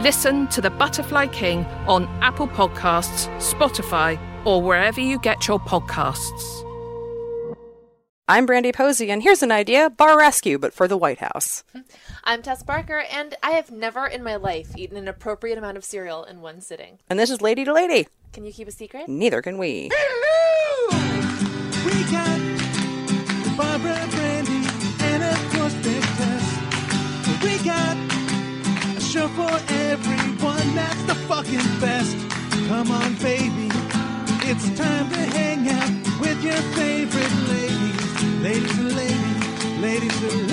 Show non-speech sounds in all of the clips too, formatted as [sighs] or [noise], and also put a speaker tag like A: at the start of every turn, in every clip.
A: Listen to The Butterfly King on Apple Podcasts, Spotify, or wherever you get your podcasts.
B: I'm Brandy Posey, and here's an idea bar rescue, but for the White House.
C: I'm Tess Barker, and I have never in my life eaten an appropriate amount of cereal in one sitting.
B: And this is Lady to Lady.
C: Can you keep a secret?
B: Neither can we.
D: We got Barbara Brandy and of course Big Tess. We got a show for everyone that's the fucking best. Come on, baby, it's time to hang out with your favorite ladies, ladies and ladies, ladies and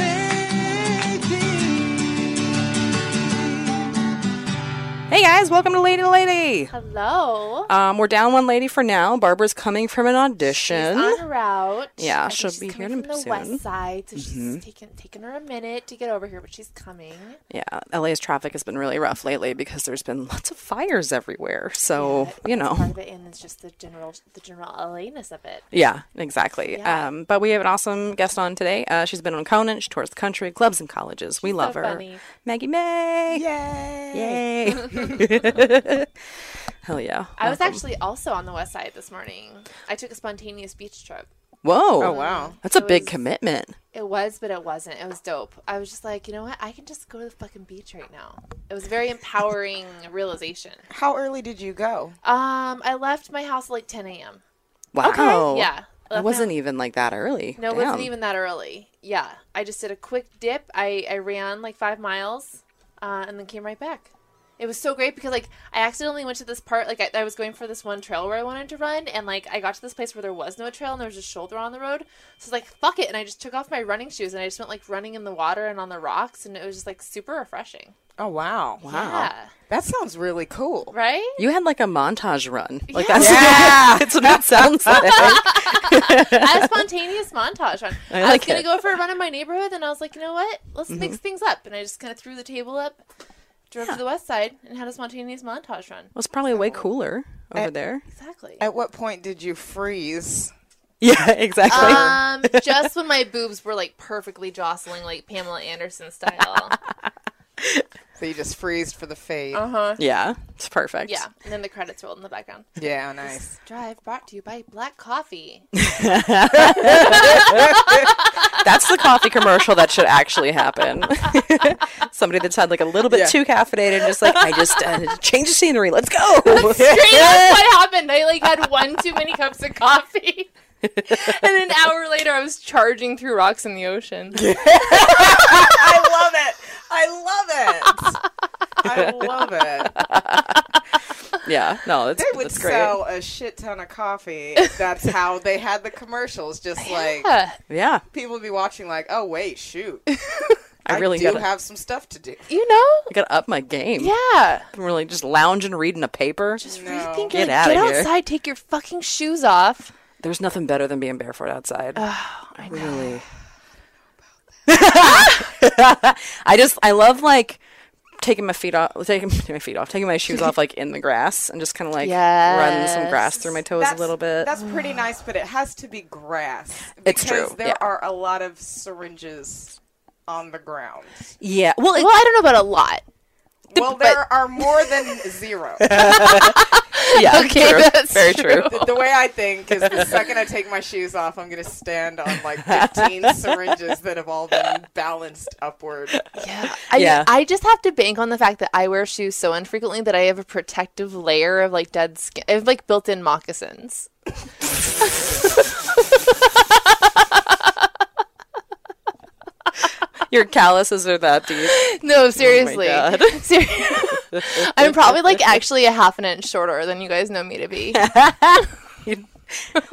D: ladies.
B: Hey guys, welcome to Lady to Lady.
C: Hello.
B: Um, we're down one lady for now. Barbara's coming from an audition.
C: She's on her route.
B: Yeah,
C: I think
B: she'll
C: she's
B: be here
C: coming
B: in-
C: from the
B: soon. Mm-hmm.
C: west side, so she's taking taking her a minute to get over here, but she's coming.
B: yeah, LA's traffic has been really rough lately because there's been lots of fires everywhere. So,
C: But
B: you
C: it's
B: know.
C: part of it, and it's just the general the general LA-ness of it.
B: Yeah, exactly.
C: Yeah.
B: Um, but we have an awesome guest on today. Uh, she's been on Conan. She tours the country, clubs, and colleges. we love her.
C: funny.
B: Maggie May. Yay!
C: [laughs]
B: Yay! [laughs] Hell yeah!
C: I was
B: Welcome.
C: actually also on the west side this morning. I took a spontaneous beach trip.
B: Whoa!
E: Oh, wow.
B: That's a
C: It
B: big
C: was-
B: commitment.
C: It was, but it wasn't. It was dope. I was just like, you know what? I can just go to the fucking beach right now. It was a very empowering realization.
E: How early did you go?
C: Um, I left my house at like 10 a.m.
B: Wow.
C: Yeah.
B: It wasn't even like that early.
C: No, it wasn't
B: Damn.
C: even that early. Yeah, I just did a quick dip. I I ran like five miles, uh, and then came right back. It was so great because like I accidentally went to this part. Like I, I was going for this one trail where I wanted to run, and like I got to this place where there was no trail and there was a shoulder on the road. So I was like, fuck it, and I just took off my running shoes and I just went like running in the water and on the rocks, and it was just like super refreshing.
E: Oh wow.
B: Wow.
C: Yeah.
E: That sounds really cool.
C: Right.
B: You had like a montage run. Like
C: Yeah.
B: that's [laughs] that's what it sounds like. [laughs]
C: I had a spontaneous montage run. I,
B: like
C: was gonna
B: it. Mm-hmm.
C: go for a run in my neighborhood, and I was like, you know what? Let's mix things up. And I just kind of threw the table up, drove to the west side, and had a spontaneous montage run.
B: It was probably way cooler over there. [laughs]
C: Exactly.
E: At what point did you freeze?
B: Yeah, exactly.
C: Um, [laughs] just when my boobs were like perfectly jostling, like Pamela
B: [laughs]
C: Anderson style.
E: So you just freezed for the fade.
B: yeah, it's perfect.
C: yeah. And then the credits rolled in the background.
E: Yeah, nice.
C: Drive brought to you by
B: [laughs]
C: Black Coffee.
B: [laughs] That's the coffee commercial that should actually happen. [laughs] Somebody that's had like a little bit
E: Yeah.
B: too caffeinated and just like, I just uh, change the scenery. Let's go.
C: That's what happened. I like had one too many cups of
B: [laughs]
C: coffee. and an hour later, I was charging through rocks in the ocean.
E: [laughs] I love it. I [laughs] love it. I love it.
B: [laughs] yeah, no, it's,
E: They would
B: it's great.
E: sell a shit ton of coffee. if That's how they had the commercials. Just like
C: Yeah.
B: yeah,
E: people would be watching, like, oh wait, [laughs] shoot,
B: I really
E: do
B: gotta,
E: have some stuff to do.
C: You know?
B: I gotta up my game.
C: Yeah.
B: I'm really just lounging, reading a paper.
C: Just
E: No.
C: rethink
B: Get
C: it.
B: outta
C: Like, get
B: here.
C: outside, take your fucking shoes off.
B: There's nothing better than being barefoot outside. I really. [laughs] I just I love like taking my feet off, taking [laughs] my feet off, taking my shoes off, like in the grass, and just kind of like run some grass through my toes a little bit.
E: That's [sighs] pretty nice, but it has to be grass.
B: It's
E: because
B: true,
E: There
B: yeah.
E: are a lot of syringes on the [laughs] ground.
B: Yeah, well, it,
C: Well, I don't know about a lot.
E: Well, there are more than zero.
C: [laughs]
E: [laughs]
B: yeah,
C: Okay,
B: true.
C: that's
B: very true.
E: the way I think is the second I take my shoes off, I'm going to stand on like 15 syringes that have all been balanced upward.
C: Yeah. I,
B: Yeah.
C: I just have to bank on the fact that I wear [laughs] shoes so infrequently that I have a protective layer of like dead skin. I have like built in moccasins.
B: [laughs] Your calluses are that deep.
C: No, seriously.
B: Oh
C: [laughs]
B: God.
C: Ser- [laughs] I'm probably like actually a half an inch shorter than you guys know me
B: [laughs]
C: to be.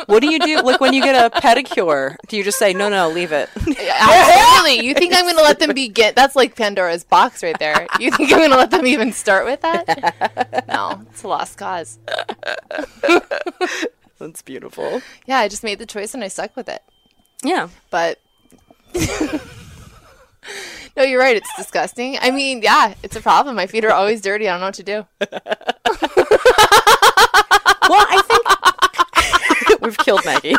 B: What do you do? Like when you get a pedicure, do you just say no, no, leave it? [laughs]
C: Absolutely. You think I'm going to let them begin? That's like Pandora's box right there. You think I'm going to let them even start with
B: [laughs]
C: that? No, it's a lost cause.
B: That's beautiful.
C: Yeah, I just made the choice and I stuck with it.
B: Yeah.
C: But [laughs] no, you're right. It's disgusting. I mean, yeah, it's a problem. My feet are always dirty. I don't know what to do.
B: Well, I
C: [laughs]
B: think we've killed Maggie.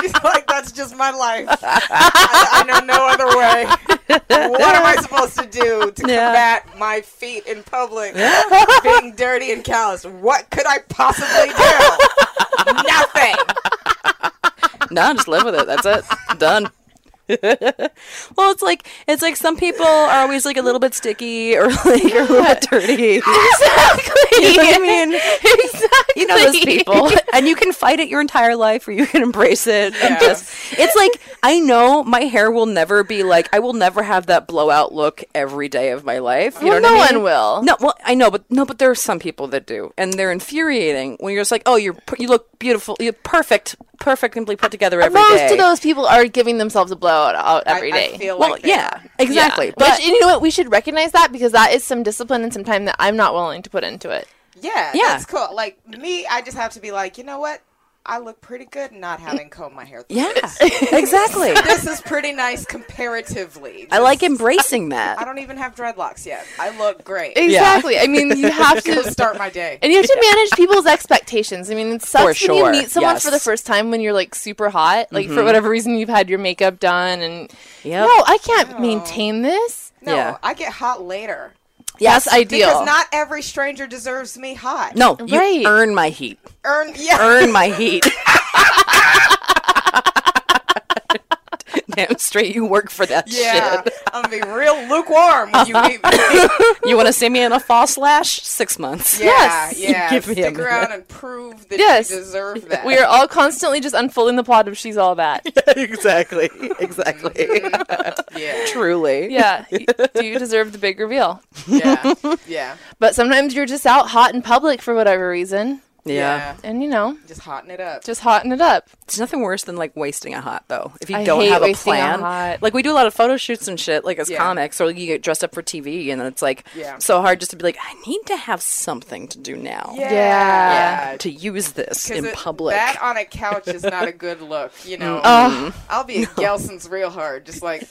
E: She's like, that's just my life. I, I know no other way. What am I supposed to do to combat my feet in public being dirty and callous? What could I possibly do? Nothing.
B: [laughs] No, just live with it. That's it. Done. [laughs] well, it's like it's like some people are always like a little bit sticky [laughs] or like a little bit [laughs] dirty.
C: Exactly.
B: You know [laughs] what I mean?
C: exactly.
B: You know those people, [laughs] and you can fight it your entire life, or you can embrace it. And just it's like I know my hair will never be like I will never have that blowout look every day of my life. You
C: Well,
B: know
C: no
B: what I mean?
C: one will.
B: No, well, I know, but no, but there are some people that do, and they're infuriating when you're just like, oh, you're per- you look beautiful, you're perfect, perfectly put together every day.
C: Most of those people are giving themselves a blowout out every day.
E: I feel
B: Well,
E: like they
B: yeah, exactly.
C: Yeah.
B: But
C: Which, and you know what? We should recognize that because that is some discipline and some time that I'm not willing to put into it.
E: Yeah,
B: Yeah.
E: that's cool. Like me, I just have to be like, you know what? I look pretty good not having combed my hair. through
B: yeah,
E: this.
B: exactly.
E: [laughs] this is pretty nice comparatively.
B: I like embracing
E: I
B: that.
E: don't even have dreadlocks yet. I look great.
C: Exactly. I mean, you have
E: Go [laughs]
C: to.
E: start my day.
C: And you have to manage people's expectations. I mean, it sucks
B: For
C: when
B: sure,
C: you meet someone for the
B: yes. Mm-hmm.
C: first time when you're like super hot, like for whatever reason you've had your makeup done, and
B: Yep.
C: no, I can't maintain this.
E: No,
B: Yeah.
E: I get hot later
C: Yes, that's ideal.
E: because not every stranger deserves me hot.
B: No, you
C: Right.
B: earn my heat.
E: earn yeah.
B: Earn my
E: [laughs]
B: heat. [laughs] Damn straight, you work for that
E: yeah,
B: shit.
E: I'm gonna be real lukewarm when you meet
B: [laughs]
E: me.
B: You want to see me in a false lash? Six months. [laughs]
E: Yeah,
C: Yes.
E: yeah.
B: Give me a
E: Stick
B: minute.
E: around and prove that
C: Yes.
E: you deserve that.
C: we are all constantly just unfolding the plot of she's
B: [laughs]
C: all that.
B: exactly. Exactly.
E: [laughs] yeah,
B: Truly.
C: Yeah, y- do you deserve the big reveal?
B: [laughs]
E: yeah, yeah,
C: But sometimes you're just out hot in public for whatever reason,
E: yeah.
C: and you know,
E: Just hotting it up.
C: just hotting it up.
B: There's nothing worse than like wasting a hot though. If you
C: I
B: don't
C: hate
B: have a
C: wasting a
B: plan,
C: hot.
B: like we do a lot of photo shoots and shit, like as
E: Yeah.
B: comics, or you get dressed up for TV, and it's like
E: Yeah.
B: so hard just to be like, I need to have something to do now.
C: Yeah.
B: To use this
E: 'Cause
B: in
E: it-
B: public. Oh.
E: That on a couch is not a good look, you know.
B: [laughs]
E: I'll be at Gelson's real hard, just like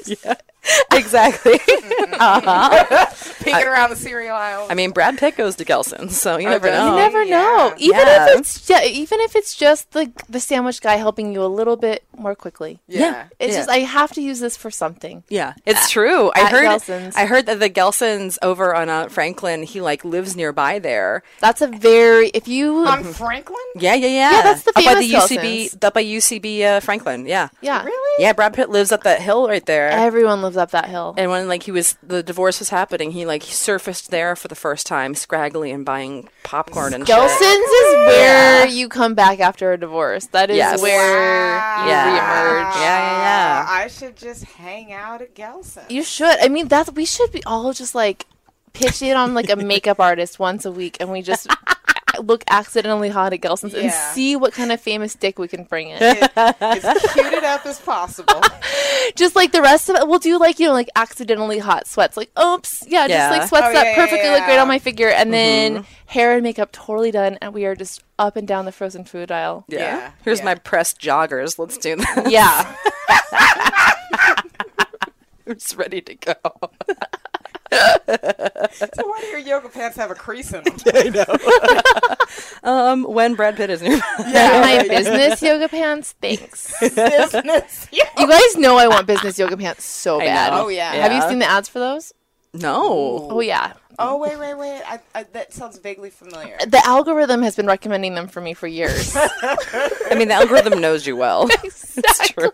B: [laughs] exactly.
E: peeking around the cereal aisle.
B: I mean, Brad Pitt goes to Gelson's, so you never
E: does
B: know.
E: he?
C: You never
E: yeah.
C: know. Even
B: Oh, Yeah.
C: if it's ju- even if it's just the the sandwich guy helping you a little bit more quickly.
E: yeah.
C: It's
B: Yeah.
C: just I have to use this for something.
B: Yeah, it's true. I
C: at
B: heard.
C: Gelson's.
B: I heard that the Gelsons over on uh, Franklin, he like lives nearby there.
C: That's a very if you
E: On
B: [laughs]
E: Franklin?
B: Yeah, yeah, yeah.
C: Yeah, that's the
B: up by
C: famous
B: the UCB,
C: Gelson's.
B: up by UCB uh, Franklin. Yeah,
C: yeah.
E: Really?
B: yeah. Brad Pitt lives up that hill right there.
C: Everyone lives up that hill.
B: and when like he was the divorce was happening, he like surfaced there for the first time, scraggly and buying popcorn and
C: Gelson's
B: shit.
C: is where you come back after a divorce. That is
B: Yes.
C: where you
B: Yeah.
C: reemerge.
B: Yeah, yeah, yeah.
E: Ah, I should just hang out at Gelson's.
C: You should. I mean, that's we should be all just like pitch in on like a
E: [laughs]
C: makeup artist once a week, and we just [laughs] look accidentally hot at Gelson's and
E: Yeah.
C: see what kind of famous dick we can
E: [laughs]
C: bring in.
E: as cute it up as
B: [laughs]
E: possible.
C: just like the rest of it, we'll do like you know, like accidentally hot sweats, like oops, yeah,
B: Yeah.
C: just like sweats
E: Oh,
C: that
E: yeah, yeah,
C: perfectly look great
E: yeah. Mm-hmm.
C: on my figure, and then hair and makeup totally done, and we are just up and down the frozen food aisle.
B: Yeah.
E: Yeah,
B: Here's
E: yeah.
B: my pressed joggers. Let's do [laughs] that.
C: [laughs] Yeah,
B: it's ready to go.
E: So why do your yoga pants have a crease in them?
B: [laughs] Um, when Brad Pitt is [laughs] nearby.
C: my business yoga pants. Thanks.
E: Business. [laughs]
C: you guys know [laughs] I want business yoga pants so
B: I
C: bad.
B: know.
E: Oh, yeah.
C: Have you seen the ads for those?
B: No.
C: Oh yeah.
E: Oh wait, wait, wait! I, I, that sounds vaguely familiar.
C: The algorithm has been recommending them for me for [laughs] years.
B: I mean, the algorithm knows you well.
C: exactly.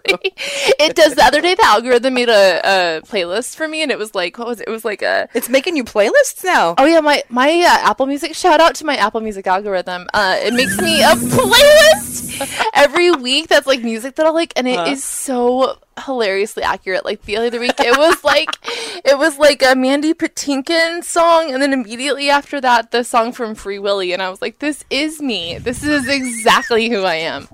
C: It does. The other day, the algorithm made a, a playlist for me, and it was like, what was it? It was like a
B: [laughs] It's making you playlists now.
C: Oh yeah, my my uh, Apple Music. Shout out to my Apple Music algorithm. Uh, it makes me a playlist every week. That's like music that I like, and it is
B: Uh-huh.
C: so hilariously accurate. Like the other week, it was like it was like a Mandy Patinkin song, and then immediately after that, the song from Free Willy, and I was like, "This is me. This is exactly who I am."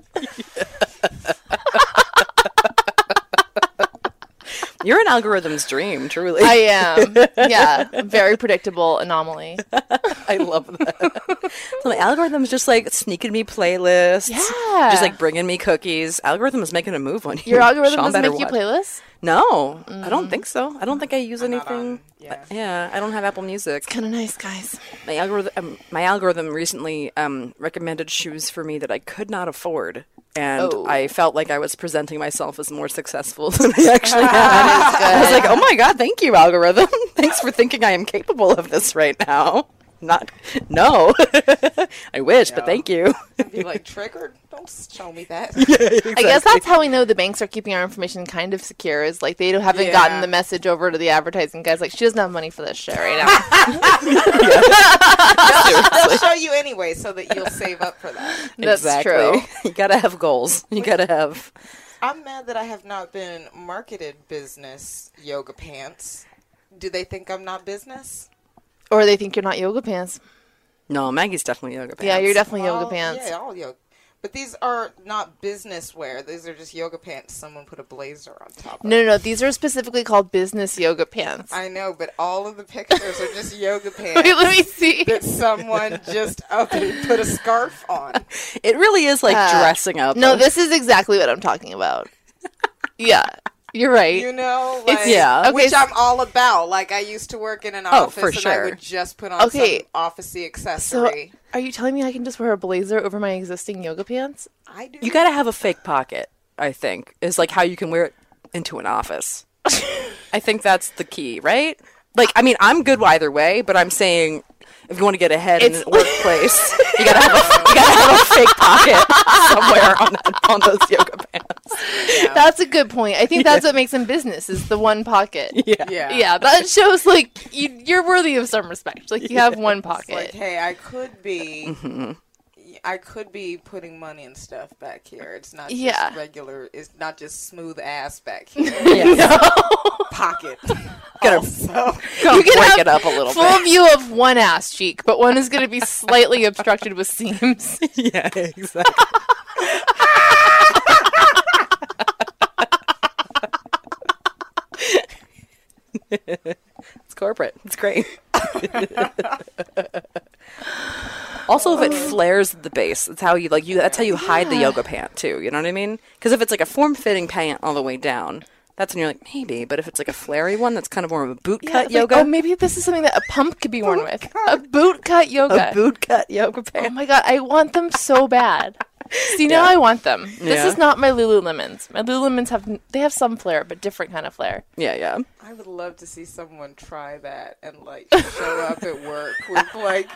B: You're an algorithm's dream, truly.
C: I am. Yeah, very
B: [laughs]
C: predictable anomaly. [laughs]
B: I love that. [laughs] so my algorithm's just like sneaking me playlists.
C: Yeah.
B: Just like bringing me cookies. Algorithm is making a move on you.
C: Your algorithm
B: Sean
C: doesn't
B: better
C: make you Mm.
B: watch.
C: playlists.
B: No, I don't think so. I don't think I use anything.
E: yeah.
B: yeah, I don't have Apple Music.
C: Kind of nice, guys.
B: My algorithm, um, my algorithm recently um, recommended shoes for me that I could not afford, and
C: Oh.
B: I felt like I was presenting myself as more successful [laughs] than I
C: [laughs]
B: actually am. I was like, "Oh my god, thank you, algorithm. [laughs] Thanks for thinking I am capable of this right now." Not, no, [laughs] I wish, but thank you.
E: Be like triggered? Don't show me that.
B: [laughs]
C: I guess that's how we know the banks are keeping our information kind of secure. Is like they don't- haven't gotten
E: Yeah.
C: the message over to the advertising guys. Like she doesn't have money for this shit right [laughs] now.
E: They'll show you anyway, so that you'll save up for that.
C: that's true.
B: [laughs] You gotta have goals. You gotta have.
E: I'm mad that I have not been marketed business yoga pants. Do they think I'm not business?
C: Or they think you're not yoga pants.
B: No, Maggie's definitely yoga pants.
C: Yeah, you're definitely yoga
E: All-
C: pants.
E: Yeah, all yoga. But these are not business wear. These are just yoga pants. Someone put a blazer on top. of
C: No, no, no. These are specifically called business yoga pants.
E: I know, but all of the pictures are just yoga pants.
C: [laughs] Wait, let me see.
E: that someone just up and put a scarf on.
B: It really is like
C: Uh,
B: dressing up.
C: [laughs] No, this is exactly what I'm talking [laughs] about. Yeah, you're right.
E: You know, like,
B: yeah. Okay,
E: which
C: so-
E: I'm all about. Like I used to work in an
B: Oh,
E: office,
B: for
E: and I
B: sure.
E: would just put on
C: Okay.
E: some officey
C: so,
E: accessory.
C: are you telling me I can just wear a blazer over my existing yoga pants?
E: I do.
B: You gotta have a fake pocket, I think, is like how you can wear it into an office. I think that's the key, right? Like, I mean, I'm good either way, but I'm saying if you want to get ahead in
C: It's-
B: the workplace, you gotta have a, you gotta have a fake pocket somewhere on, that, on those yoga pants.
C: That's a good point. I think that's what makes them business is the one pocket.
E: yeah,
C: [laughs] [laughs] yeah, [laughs] that shows like you, you're worthy of some respect. Like you have one pocket.
E: Like, hey, I could be. I could be putting money and stuff back here. It's not just
C: Yeah.
E: regular. It's not just smooth ass back here. Pocket.
B: Gotta
E: Also,
B: Gotta break
C: have
B: it up a little
C: Full view of one ass cheek, but one is going to be [laughs] slightly obstructed with seams.
B: bit. Yeah, [laughs] exactly. It's corporate. It's great. also, if it flares at the base, that's how you like you. That's how you hide the yoga pant too. You know what I mean? Because if it's like a form-fitting pant all the way down, that's when you're like maybe. But if it's like a flary one, that's kind of more of a boot
C: Yeah,
B: cut
C: it's like,
B: yoga.
C: oh, maybe this is something that a pump could be worn with. A boot cut yoga.
B: a boot cut yoga
C: oh
B: pant.
C: my god, I want them so [laughs] bad. See now I want them. This
B: Yeah.
C: is not my Lululemons. My Lululemons have n- they have some flair, but different kind of flair.
B: Yeah, yeah.
E: I would love to see someone try that and like show up at work with like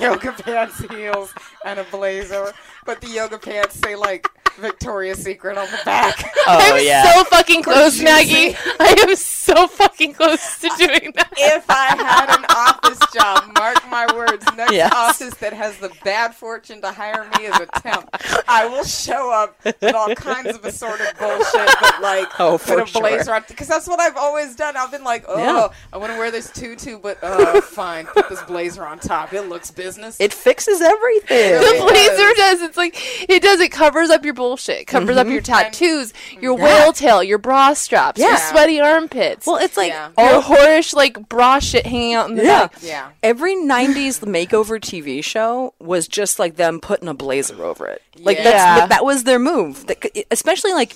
E: yoga pants, heels, and a blazer, but the yoga pants say like Victoria's Secret on the back.
B: Oh
C: I'm so fucking close, [laughs] Maggie. I am so fucking close to doing that.
E: If I had an office job, mark my words, next
B: Yes.
E: office that has the bad fortune to hire me as a temp, I will show up with all kinds of assorted bullshit, but like
B: Oh,
E: put a
B: for
E: blazer
B: sure.
E: on because that's what I've always done. I've been like, oh,
B: Yeah.
E: I want to wear this tutu, but uh, fine, put this blazer on top. It looks business.
B: it fixes everything.
C: The
E: It
C: blazer
E: does.
C: does. It's like it does. It covers up your bullshit. It covers
B: Mm-hmm.
C: up your tattoos, your whale tail, your bra straps, your
B: Yeah.
C: sweaty armpits.
B: Well, it's like
E: Yeah.
C: your whorish like bra shit hanging out in the
B: Yeah.
C: back.
E: yeah.
B: Every 90s makeover TV show was just like them putting a blazer over it. Like that's
C: Yeah.
B: that, that was their move. That c- Especially like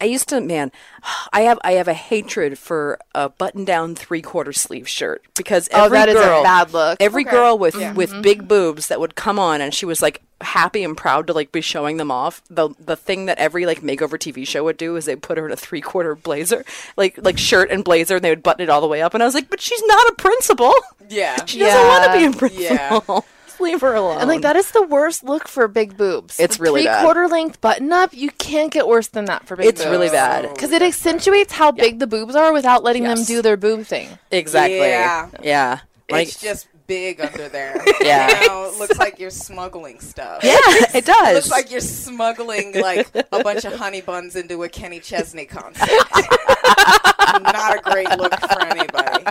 B: I used to man, [sighs] I have I have a hatred for a button-down three-quarter sleeve shirt because
C: Oh,
B: every
C: that is a
B: girl
C: bad look.
E: Mm-hmm.
B: Every girl with with big boobs that would come on and she was like happy and proud to like be showing them off. The the thing that every like makeover TV show would do is they put her in a three quarter blazer, like like shirt and blazer, and they would button it all the way up. And I was like, but she's not a principal.
E: Yeah.
B: She doesn't want to be a
E: Yeah.
B: principal. Just leave her alone.
C: And like that is the worst look for big boobs.
B: It's
C: The
B: really bad.
C: three-quarter length button up. You can't get worse than that for big
B: It's
C: boobs.
B: really bad.
C: because it accentuates how big the boobs are without letting them
B: Yes.
C: do their boob thing.
B: [laughs] Exactly.
E: Yeah.
B: Yeah. Like
E: it's just big under there.
B: Yeah.
E: You know, it looks like you're smuggling stuff.
B: yeah, [laughs] it
E: It
B: does.
E: looks like you're smuggling like a bunch of honey buns into a Kenny Chesney concert. [laughs] Not a great look for anybody.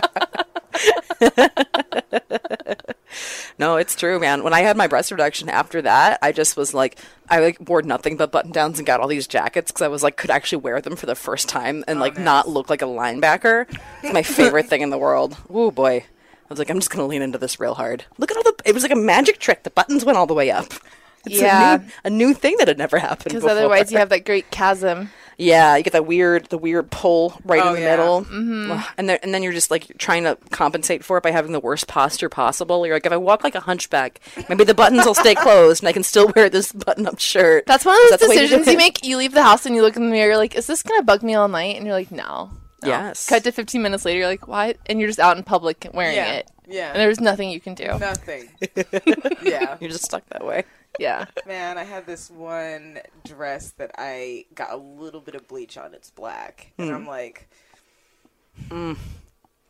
B: No, it's true, man. When I had my breast reduction after that, I just was like, I like wore nothing but button downs and got all these jackets because I was like, could actually wear them for the first time
C: Oh,
B: and like not look like a linebacker. It's my favorite thing in the world. Ooh boy, I was like, I'm just gonna lean into this real hard. Look at all the. It was like a magic trick. The buttons went all the way up. It's
C: Yeah.
B: a new, a new thing that had never happened.
C: Because
B: before.
C: otherwise, you have that great chasm.
B: Yeah, you get that weird, the weird pull right
E: Oh,
B: in the
E: yeah.
B: middle,
C: Mm-hmm.
B: Ugh. and then and then you're just like trying to compensate for it by having the worst posture possible. You're like, if I walk like a hunchback, maybe the buttons will
C: [laughs]
B: stay closed, and I can still wear this button-up shirt.
C: That's one of those
B: That's the way to do
C: decisions you
B: it.
C: make. You leave the house and you look in the mirror, you're like, is this gonna bug me all night? And you're like, no. no.
B: Yes.
C: Cut to 15 minutes later, you're like, why? And you're just out in public wearing
E: Yeah.
C: it.
E: Yeah.
C: And there's nothing you can do. [laughs]
E: Nothing. yeah.
B: You're just stuck that way.
C: Yeah.
E: Man, I had this one dress that I got a little bit of bleach on. It's black, and
C: Hmm.
E: I'm like,
C: Mm.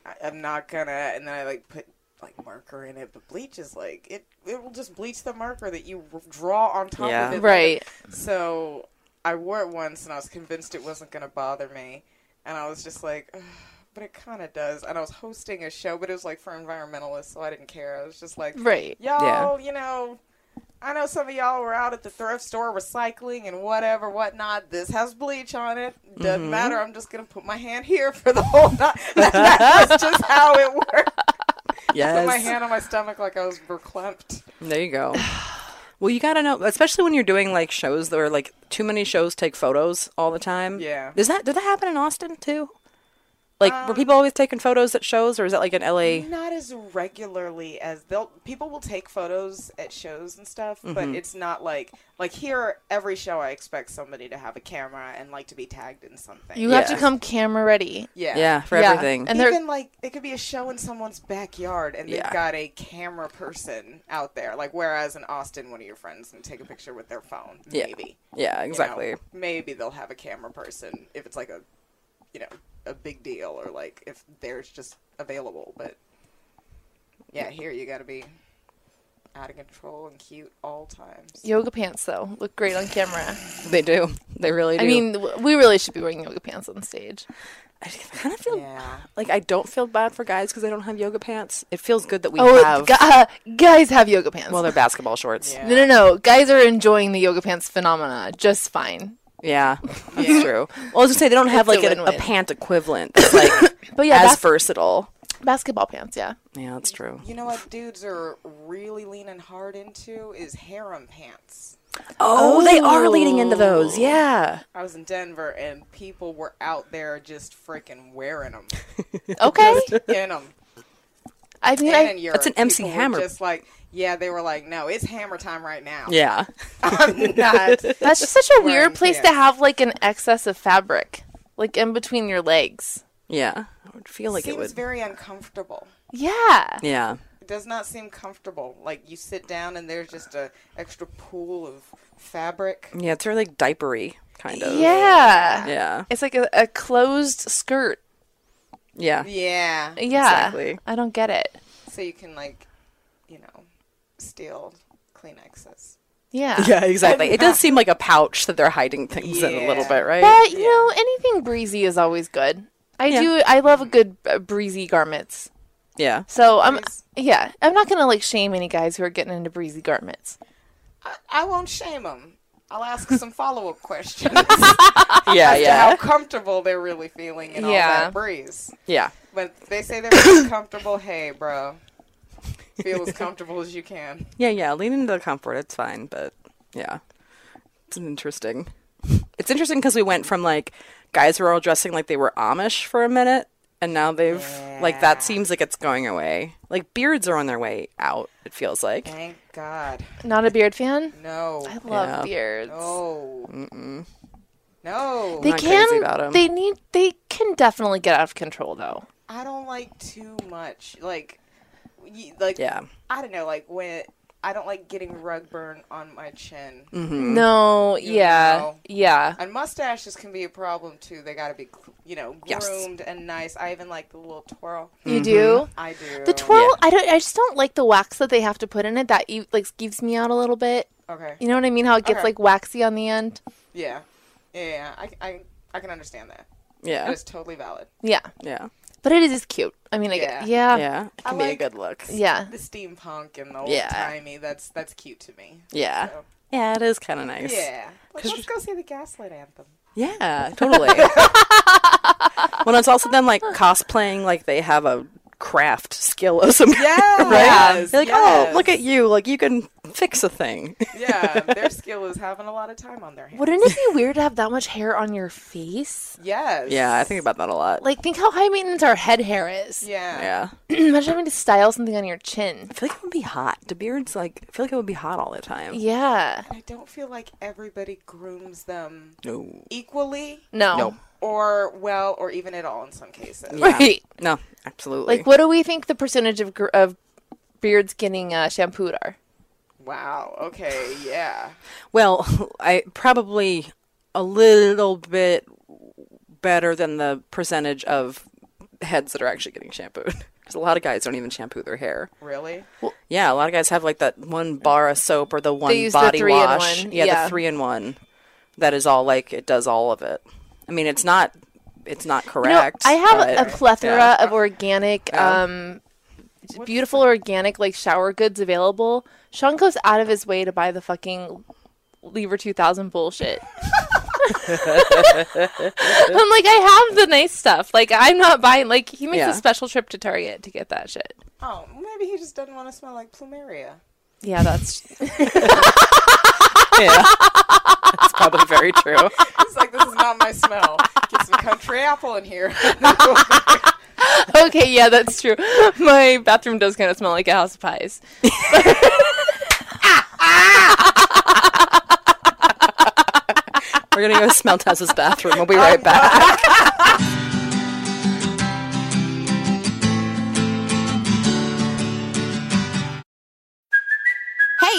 E: I, I'm not gonna. And then I like put like marker in it, but bleach is like it. It will just bleach the marker that you r- draw on top
B: Yeah.
E: of
B: [laughs]
E: it.
C: Right.
E: So I wore it once, and I was convinced it wasn't gonna bother me, and I was just like. "Ugh, But it kind of does, and I was hosting a show, but it was like for environmentalists, so I didn't care. I was just like,
C: Right.
E: y'all, you know, I know some of y'all were out at the thrift store recycling and whatever, whatnot. This has bleach on it. Doesn't matter. I'm just gonna put my hand here for the whole night. [laughs] that was just how it worked. Put my
B: Yes,
E: hand on my stomach like I was verklempt.
B: there you go. [sighs] Well, you gotta know, especially when you're doing like shows that are like too many shows take photos all the time.
E: Yeah.
B: does that did that happen in Austin too? Like,
C: Um,
B: were people always taking photos at shows, or is that like in LA?
E: Not as regularly as they'll people will take photos at shows and stuff, but it's not like like here every show I expect somebody to have a camera and like to be tagged in something.
C: You have to
B: Yeah.
C: come camera ready.
E: yeah.
B: Yeah, for
C: Yeah.
B: everything.
C: And they're
E: even like it could be a show in someone's backyard and they've
B: Yeah.
E: got a camera person out there like whereas in austin one of your friends can take a picture with their phone
B: Yeah.
E: maybe
B: yeah,
E: You know,
B: exactly.
E: maybe they'll have a camera person if it's like a you know a big deal or like if there's just available but yeah here you gotta be out of control and cute all times
C: yoga pants, though. Look great on camera.
B: They do. [laughs] They really do.
C: I mean, w- we really should be wearing yoga pants on stage.
B: I kind of feel
E: yeah
B: like I don't feel bad for guys because they don't have yoga pants. It feels good that we
C: Oh,
B: have.
C: gu- uh, guys have yoga pants.
B: well, they're basketball shorts.
E: Yeah.
B: Yeah,
C: no, no, no. Guys are enjoying the yoga pants phenomena just fine.
B: that's true. Well, I was gonna say they don't have
C: It's
B: like
C: a
B: a, a,
C: win-win.
B: pant [laughs] equivalent that's like
C: But yeah,
B: as
C: bas-
B: versatile.
C: basketball pants. Yeah.
B: Yeah, that's true.
E: you know what dudes are really leaning hard into is harem pants
B: Oh, they are leading into those. Yeah,
E: I was in Denver and people were out there just freaking
B: [laughs]
E: wearing them.
C: Okay.
E: In them.
C: I mean,
E: And in
C: I,
E: Europe.
B: That's an MC
E: people were
B: Hammer.
E: Just like, yeah, they were like, no, it's hammer time right now.
B: yeah.
E: [laughs] I'm not.
C: that's just such a
E: Wearing
C: weird place to
E: pants.
C: have like an excess of fabric, like in between your legs.
B: Yeah, I would feel like
E: seems
B: it would.
E: very uncomfortable.
C: Yeah.
B: yeah,
E: It does not seem comfortable. Like you sit down and there's just a extra pool of fabric.
B: yeah, it's really diapery kind of.
C: Yeah.
B: yeah,
C: It's like a, a closed skirt.
B: yeah.
E: Yeah.
C: Yeah.
B: Exactly.
C: I don't get it.
E: So you can like, you know, steal Kleenexes.
C: Yeah.
B: Yeah, exactly. It does seem like a pouch that they're hiding things in a little
E: Yeah.
B: bit, right?
C: But you know, anything breezy is always good. I do. I love a good uh, breezy garments.
B: [laughs] yeah.
C: So I'm yeah. I'm not gonna like shame any guys who are getting into breezy garments.
E: I, I won't shame them. I'll ask some follow up questions. [laughs]
B: Yeah,
E: to how
B: yeah.
E: comfortable they're really feeling in all
C: Yeah.
E: that breeze.
B: Yeah.
E: But if they say they're really comfortable. Hey, bro, feel as comfortable as you can.
B: Yeah, yeah, lean into the comfort. It's fine, but yeah, it's an interesting. It's interesting because we went from like guys who were all dressing like they were Amish for a minute, and now they've like that seems like it's going away. Like beards are on their way out. It feels like.
E: Thank God.
C: Not a beard fan.
E: No.
C: I love
B: Yeah. Oh,
C: beards.
E: No. Mm-mm. No.
C: They
B: not
C: can.
B: crazy about 'em.
C: They need. They can definitely get out of control though.
E: I don't like too much. Like, y- like
B: Yeah.
E: I don't know. Like when I don't like getting rug burn on my chin.
B: Mm-hmm.
C: No. Yeah.
E: know.
C: Yeah.
E: And mustaches can be a problem too. They got to be, cl- you know,
B: Yes.
E: groomed and nice. I even like the little twirl.
C: You
B: Mm-hmm.
C: do.
E: I do.
C: The twirl. I don't. I just don't like the wax that they have to put in it. That e- like gives me out a little bit.
E: Okay.
C: You know what I mean? How it gets
E: Okay.
C: like waxy on the end.
E: Yeah. Yeah. yeah. I, I, I can understand that.
B: Yeah.
E: It's totally valid.
C: Yeah.
B: yeah.
C: But it is just cute. I mean, I yeah. yeah.
E: Yeah.
C: Yeah.
B: Yeah. It
E: I
B: can be
E: like-
B: a good look.
C: Yeah.
E: The steampunk and the old
B: Yeah.
E: timey. That's that's cute to me.
B: Yeah.
E: So-
B: Yeah, it is kind of nice.
E: Yeah. Like, let's go see the Gaslight Anthem.
B: Yeah, totally. when it's also them like cosplaying, like they have a craft skill of some kind, [laughs] right?
E: Yes,
B: You're like, oh,
E: yes.
B: look at you! Like you can fix a
E: [laughs]
B: thing. [laughs]
E: Yeah. Their skill is having a lot of time on their hands.
C: Wouldn't it be weird to have that much hair on your face?
E: Yes.
B: yeah, I think about that a lot.
C: Like, think how high maintenance our head hair is.
E: Yeah.
B: yeah, I
C: [clears throat] Imagine having to style something on your chin.
B: feel like it would be hot. The beard's like, I feel like it would be hot all the time.
C: Yeah.
E: I don't feel like everybody grooms them
B: No,
E: equally
C: No.
B: no,
E: or well or even at all in some cases.
B: Yeah.
C: Right.
B: no, absolutely.
C: Like, what do we think the percentage of gr- of beards getting uh, shampooed are?
E: Wow. Okay. Yeah.
B: Well, [laughs] I probably a little bit better than the percentage of heads that are actually getting shampooed. [laughs] Because a lot of guys don't even shampoo their hair.
E: Really?
B: Yeah, a lot of guys have like that one bar of soap or the one
C: use the
B: body
C: three in
B: wash.
C: one,
B: Yeah,
C: yeah.
B: the three in one. That is all like it does all of it. I mean, it's not it's not
C: No,
B: correct.
C: I have
B: but-
C: a plethora
B: yeah.
C: of organic, um, beautiful organic like shower goods available. Sean goes out of his way to buy the fucking Lever two thousand bullshit. [laughs] I'm like, I have the nice stuff. Like, I'm not buying. Like, he makes
B: Yeah.
C: a special trip to Target to get that shit.
E: Oh, maybe he just doesn't want to smell like plumeria.
C: Yeah, that's
B: Yeah. That's
C: [laughs]
B: probably very true.
E: He's like, this is not
B: [laughs]
E: my smell. Get some country apple in here.
C: [laughs]
E: [laughs]
C: okay. Yeah, that's true. [laughs] My bathroom does kind of smell like a house of pies.
B: We're gonna go smell Tessa's bathroom. We'll be right back.
F: Hey,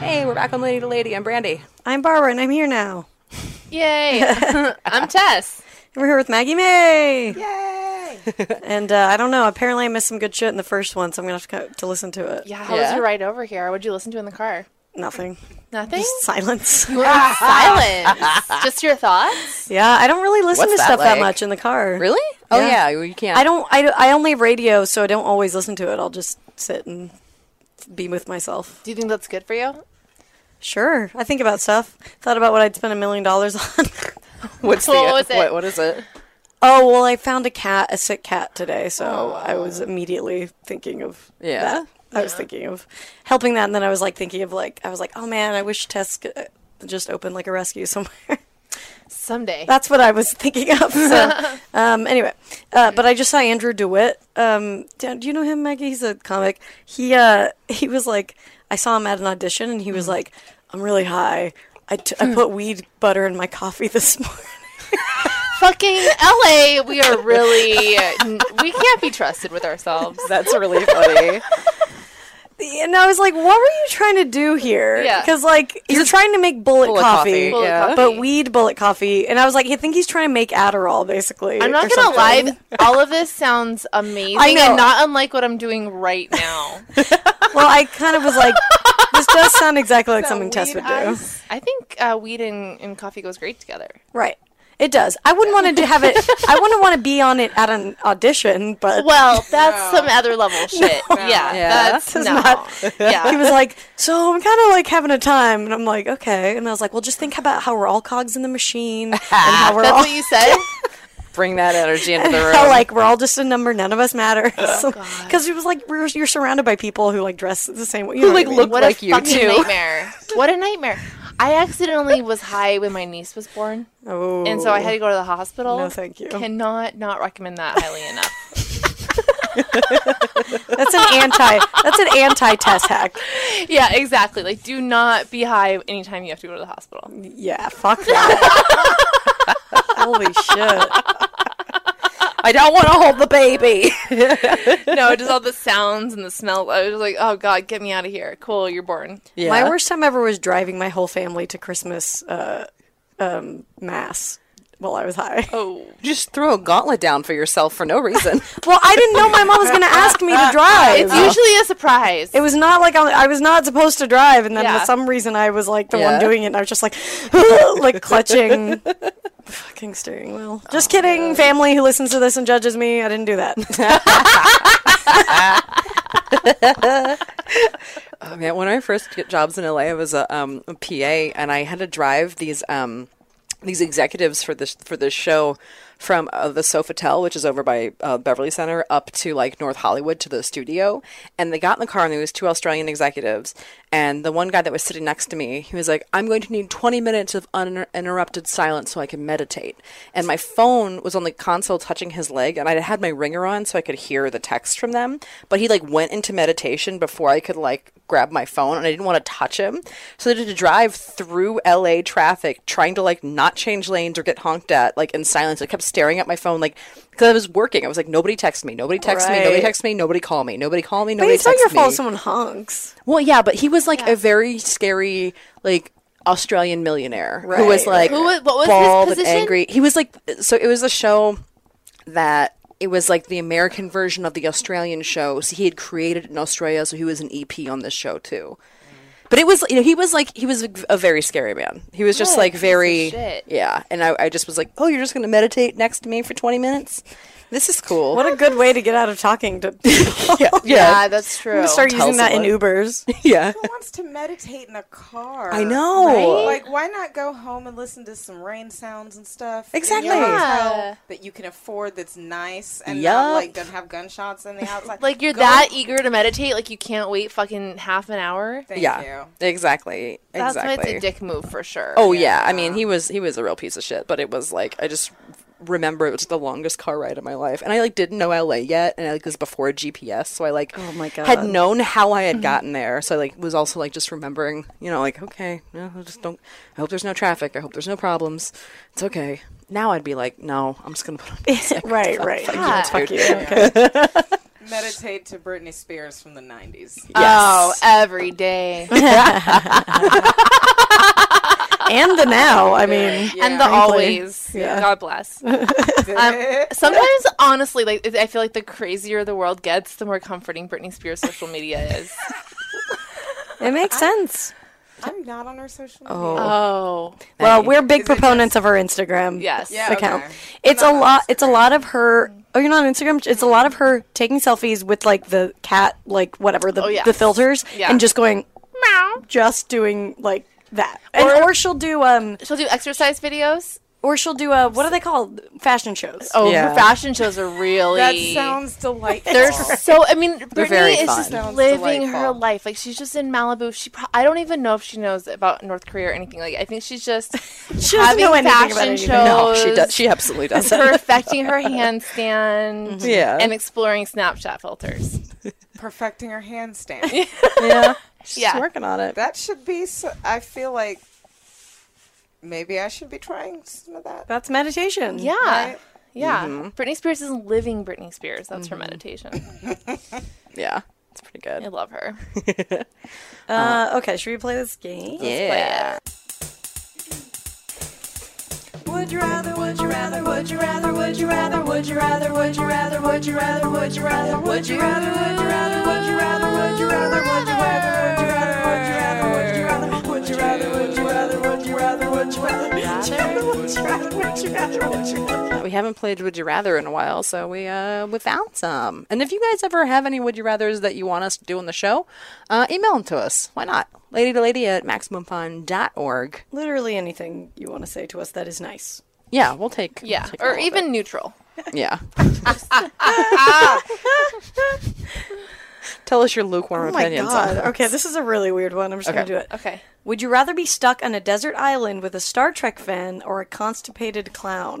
B: Hey, we're back on Lady to Lady. I'm Brandy.
G: I'm Barbara, and I'm here now.
C: [laughs] Yay! I'm Tess.
G: We're here with Maggie May.
E: Yay!
G: And uh, I don't know. Apparently, I missed some good shit in the first one, so I'm gonna have to, go- to listen to it.
C: Yeah, how was your ride over here? What'd you listen to in the car?
G: Nothing.
C: Nothing.
G: Just silence.
C: [laughs] silence. Just your thoughts.
G: yeah, I don't really listen
B: What's
G: to
B: that
G: stuff that
B: like?
G: much in the car.
B: Really? Oh
G: Yeah.
B: yeah, you can't.
G: I don't. I, I only have radio, so I don't always listen to it. I'll just sit and be with myself.
C: Do you think that's good for you?
G: Sure, I think about stuff. Thought about what I'd spend a million dollars [laughs] on.
B: What's
C: What
B: the
C: was it?
B: What, what is it?
G: oh well, I found a cat, a sick cat today, so I was immediately thinking of
B: Yeah.
G: that. I was thinking of helping that, and then I was like thinking of like I was like, oh man, I wish Tess could uh, just open like a rescue somewhere. [laughs]
C: Someday.
G: That's what I was thinking
C: [laughs]
G: of. So, um, anyway, uh, but I just saw Andrew Dewitt. Um, do do you know him, Maggie? He's a comic. He uh, he was like, I saw him at an audition, and he
C: Mm.
G: was like,
C: Hmm.
G: [laughs] I'm really high. I, t- I put weed butter in my coffee this morning.
C: fucking LA, we are really we can't be trusted with ourselves.
B: That's really funny.
G: And I was like, "What were you trying to do here?"
C: Yeah.
G: Because like you're trying to make bullet,
B: Bullet
G: coffee,
B: coffee, Bullet yeah. coffee.
G: but weed bullet coffee. And I was like, "I think he's trying to make Adderall, basically."
C: I'm not
G: or
C: gonna
G: something.
C: lie, all of this sounds amazing
G: I know.
C: and not unlike what I'm doing right now.
G: well, I kind of was like, "This does sound exactly like something Tess would do."
C: [laughs] I think uh, weed and, and coffee goes great together.
G: Right. It does. I wouldn't want to have it. I wouldn't want to be on it at an audition, but
C: Well, that's some other [laughs] level shit. Yeah, that's
G: This is
C: no. yeah.
G: he was like, "So I'm kind of like having a time," and I'm like, "Okay." And I was like, "Well, just think about how we're all cogs in the machine, and how we're
C: That's
G: all
C: what you said.
B: Bring that energy into
G: and
B: the
C: [laughs]
B: room.
G: [laughs] how like we're all just a number. None of us matter." [laughs] Because it was like we're, you're surrounded by people who like dress the same way. You know
B: like
G: what I mean?
B: look
C: What
B: like
C: a
B: you
C: fucking
B: too.
C: nightmare! What a nightmare! I accidentally was high when my niece was born, [laughs]
G: Oh.
C: and so I had to go to the hospital.
G: No, thank you.
C: Cannot not recommend that highly enough.
G: That's an anti. That's an anti test hack.
C: yeah, exactly. Like, do not be high anytime you have to go to the hospital.
G: Yeah, fuck that. Holy shit!
B: I don't want to hold the baby.
C: No, just all the sounds and the smell. I was like, oh god, get me out of here. Cool, you're born.
B: yeah.
G: My worst time ever was driving my whole family to Christmas uh, um, mass while I was high.
C: Oh,
B: Just throw a gauntlet down for yourself for no reason.
G: Well, I didn't know my mom was going to ask me to
B: [laughs]
G: drive.
C: it's usually a surprise.
G: it was not like I I was not supposed to drive, and then
C: Yeah.
G: for some reason I was like the
B: Yeah.
G: one doing it, and I was just like, [laughs] like
B: [laughs]
G: clutching, fucking steering wheel. Just kidding, family who listens to this and judges me. I didn't do that. [laughs]
B: Oh, man, when I first get jobs in LA, I was a, um, a PA, and I had to drive these um, these executives for this for this show from uh, the Sofitel, which is over by uh, Beverly Center, up to like North Hollywood to the studio. And they got in the car, and there was two Australian executives, and the one guy that was sitting next to me, he was like, "I'm going to need 20 minutes of uninterrupted silence so I can meditate." And my phone was on the console touching his leg, and I had my ringer on so I could hear the text from them. But he like went into meditation before I could like grab my phone and I didn't want to touch him. So I had to drive through LA traffic trying to like not change lanes or get honked at like in silence. I kept staring at my phone like because I was working. I was like, nobody text me, nobody text me, nobody
G: Right.
B: text me, nobody call me, nobody call me,
G: but
B: nobody
G: it's not
B: text
G: your
B: me.
G: fault. Someone honks.
B: Well, yeah, but he was like a very scary, like Australian millionaire who was like
G: Right,
C: Who wa- what was his
B: bald and
C: position?
B: angry. He was like so. It was a show that it was like the American version of the Australian show. So he had created it in Australia, so he was an EP on this show too. But it was, you know, he was like, he was a, a very scary man. He was just like very,
C: shit.
B: yeah. And I, I just was like, oh, you're just going to meditate next to me for 20 minutes? This is cool.
G: What a good way to get out of talking
B: [laughs]
G: to.
B: yeah,
C: yeah,
B: yeah,
C: that's true.
G: I'm gonna [laughs] start
B: Tell
G: using that in
B: someone.
G: Ubers.
B: [laughs] yeah.
E: Who wants to meditate in a car?
B: I know.
E: Like, why not go home and listen to some rain sounds and stuff? in
B: Exactly.
E: your hotel
C: Yeah.
E: That you can afford. That's nice and not,
B: Yup.
E: like doesn't have gunshots in the
C: [laughs]
E: outside.
C: like you're
E: Go-
C: that eager to meditate, like you can't wait fucking half an hour.
E: Thank
B: yeah,
E: you.
B: exactly.
C: That's
B: exactly.
C: why it's a dick move for sure.
B: Oh yeah. I mean he was he was a real piece of shit, but it was like I just remember it was the longest car ride of my life, and I like didn't know LA yet, and I like was before GPS, so I like oh
G: my
B: had
G: God.
B: known how I had gotten there, so I like was also like just remembering, you know, like okay, no, I just don't. I hope there's no traffic. I hope there's no problems. It's okay. Now I'd be like, no, I'm just gonna put on. music.
G: right, right.
C: Yeah.
G: Fuck you.
B: Yeah.
G: Okay.
E: Meditate to Britney Spears from
C: [laughs]
E: the '90s.
C: Oh, every day.
G: and the now. I mean,
C: and the
G: Frankly.
C: always.
G: Yeah.
C: God bless. um, sometimes, honestly, like I feel like the crazier the world gets, the more comforting Britney Spears' social media is.
G: it makes sense.
E: I'm not on her social media.
C: oh,
G: Well, we're big
E: Is it
G: proponents of her Instagram.
C: Yes. Yeah,
G: account.
E: okay.
G: It's a lot. It's a lot of her. Oh, you're not on Instagram. It's a lot of her taking selfies with like the cat, like whatever the
C: Oh, yeah.
G: the filters,
C: Yeah.
G: and just going meow, just doing like that.
C: Or-
G: and or she'll do um,
C: she'll do exercise videos.
G: or she'll do uh, what are they called? Fashion shows.
C: Oh,
B: Yeah.
C: her fashion shows are really.
E: That sounds delightful.
B: [laughs]
E: [laughs]
C: They're so. I mean,
B: very
C: Britney is
B: fun.
C: just
E: Sounds
C: living her
E: delightful.
C: life. Like she's just in Malibu. She. Pro- I don't even know if she knows about North Korea or anything. Like I think she's just
G: She doesn't
C: having
G: know anything about
C: fashion shows.
G: anything.
B: No, Oh, she does. She absolutely does.
C: perfecting her handstand.
B: Yeah.
C: [laughs] And exploring Snapchat filters.
E: perfecting her
C: [laughs]
E: handstand.
B: yeah, she's
C: Yeah.
B: working on it.
E: that should be. So, I feel like maybe I should be trying some of that.
G: That's meditation.
C: Yeah.
E: Right?
C: Yeah.
B: Mm-hmm.
E: Mhm.
C: Britney Spears is living Britney Spears. That's her meditation.
B: Yeah, it's pretty [laughs]
C: I
B: good.
C: love her.
G: Uh, okay, should we play this game?
B: Yeah.
H: Would you rather, would you rather, would you rather, would you rather, would you rather, would you rather, would you rather, would you rather, would you rather, would you rather, would you rather, would you rather, would you rather, would you rather, would you rather, would you rather, would you rather, would you rather, would you rather, would you rather, would you rather, would you rather.
B: We haven't played Would You Rather in a while, so we uh, we found some. And if you guys ever have any Would You Rathers that you want us to do on the show, uh, email them to us. Why not? Lady to lady at maximumfun.org.
G: Literally anything you want to say to us that is nice.
B: Yeah, we'll take. we'll
C: Yeah.
B: take all
C: Or
B: of
C: even neutral.
B: it. Yeah.
G: [laughs]
B: Tell us your lukewarm
G: Oh my
B: opinions. on
G: god.
B: it.
G: Okay, this is a really weird one. I'm just
B: Okay.
G: gonna do it.
C: Okay.
G: Would you rather be stuck on a desert island with a Star Trek fan or a constipated
B: [laughs]
G: clown?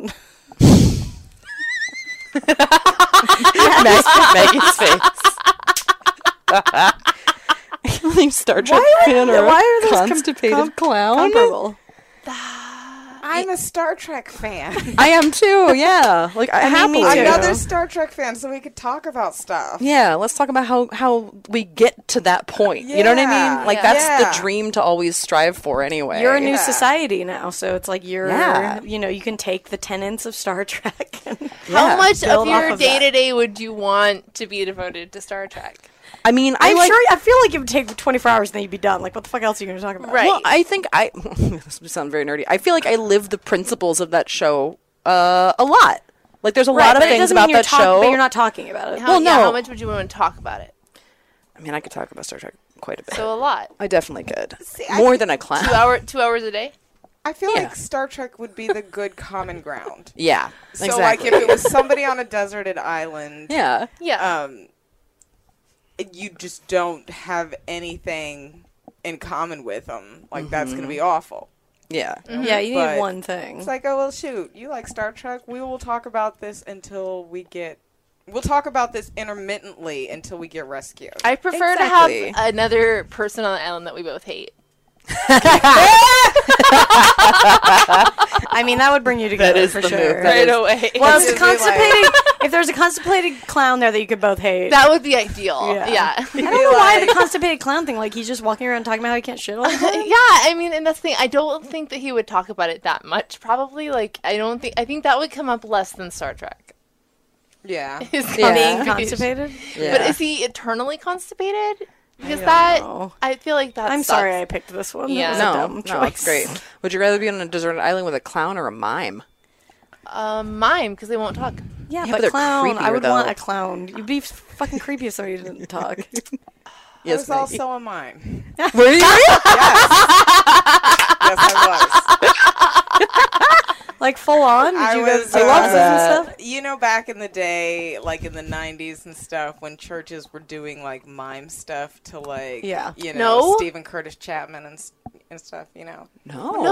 B: Max- Maggie's face. [laughs] I can't believe Star Trek fan or
G: why are those com-
B: constipated
G: com-
B: clown.
G: Comparable.
E: I'm a Star Trek
C: [laughs]
E: fan.
B: I am too. Yeah, like I,
G: mean, me
B: happily.
G: too.
E: Another Star Trek fan, so we could talk about stuff.
B: Yeah, let's talk about how how we get to that point. You know what I
E: Yeah.
B: mean? Like
E: Yeah.
B: that's the
E: Yeah.
B: dream to always strive for. Anyway,
G: You're a new
E: Yeah.
G: society now, so it's like you're,
B: Yeah.
G: you know, you can take the tenets of Star Trek. [laughs] And
B: Yeah.
C: How much of
G: Build off
C: your
G: of that.
C: day to day would you want to be devoted to Star Trek?
B: I mean, I
G: I'm
B: like,
G: sure. I feel like it would take 24 hours and then you'd be done. Like, what the fuck else are you going to talk about?
C: Right.
B: Well, I think I. [laughs] this would sound very nerdy. I feel like I live the principles of that show uh, a lot. Like there's a lot of
G: but it
B: things
G: doesn't
B: about
G: mean you're
B: that
G: talk-
B: show.
G: But you're not talking about it.
C: How,
B: Well,
C: yeah,
B: no.
C: how much would you want to talk about it?
B: I mean, I could talk about Star Trek quite a bit.
C: So a lot.
B: I definitely could.
E: I
B: More
E: could
B: than a clown.
C: Two hour, two hours a day.
E: I feel
B: Yeah.
E: like Star Trek would be the good common ground.
B: Yeah.
E: So,
B: [laughs] exactly.
E: like, if it was somebody on a deserted island,
B: [laughs] yeah.
C: Yeah.
E: um, you just don't have anything in common with them. Like, that's
B: Mm-hmm.
E: going to be awful.
B: Yeah.
G: Yeah, you
E: But-
G: need one thing.
E: It's like, oh, well, shoot, you like Star Trek? We will talk about this until we get. We'll talk about this intermittently until we
B: [laughs]
E: get rescued.
C: I prefer to
B: exactly.
C: have another person on the island that we both hate.
G: I mean, that would bring you together
B: is
G: for
B: the
G: sure.
B: move. That Right is- [laughs]
C: away.
G: well, if
E: That's
G: it's
E: what we like.
G: constipated, [laughs] if there's a constipated clown there that you could both
B: [laughs]
C: [laughs]
G: hate,
C: that would be ideal.
G: Yeah.
C: Yeah. [laughs]
G: I don't know why the constipated clown thing. Like, he's just walking around talking about how he can't shit all the time.
C: Yeah, I mean, and that's the thing. I don't think that he would talk about it that much. Probably, like, I don't think. I think that would come up less than Star Trek.
E: yeah.
C: Is
B: Yeah.
G: Being
C: constipation.
G: constipated.
C: But is he eternally constipated? Because that,
G: know.
C: I feel like that.
G: I'm
C: sucks.
G: sorry I picked this one.
C: Yeah.
G: That was a
B: no,
G: dumb
B: no, it's
G: choice. [laughs]
B: great. Would you rather be on a deserted island with a clown or a mime?
C: Um, mime because they won't talk.
B: Yeah,
G: Yeah,
B: but
G: but,
B: they're
G: clown. I
B: creepier,
G: would want
B: though.
G: a clown. You'd be fucking creepy if
B: [laughs]
G: somebody didn't talk.
E: I [laughs] was
B: Maggie.
E: also a mime.
B: Were you?
E: Yes, I was.
G: like full on. Did
E: I
G: you go
E: was,
G: to seances
E: uh,
G: and stuff?
E: You know, back in the day, like in the 90s and stuff, when churches were doing like mime stuff to like,
G: Yeah.
E: you know,
C: No?
E: Stephen Curtis Chapman and, s- and stuff, you know.
B: No.
G: Oh.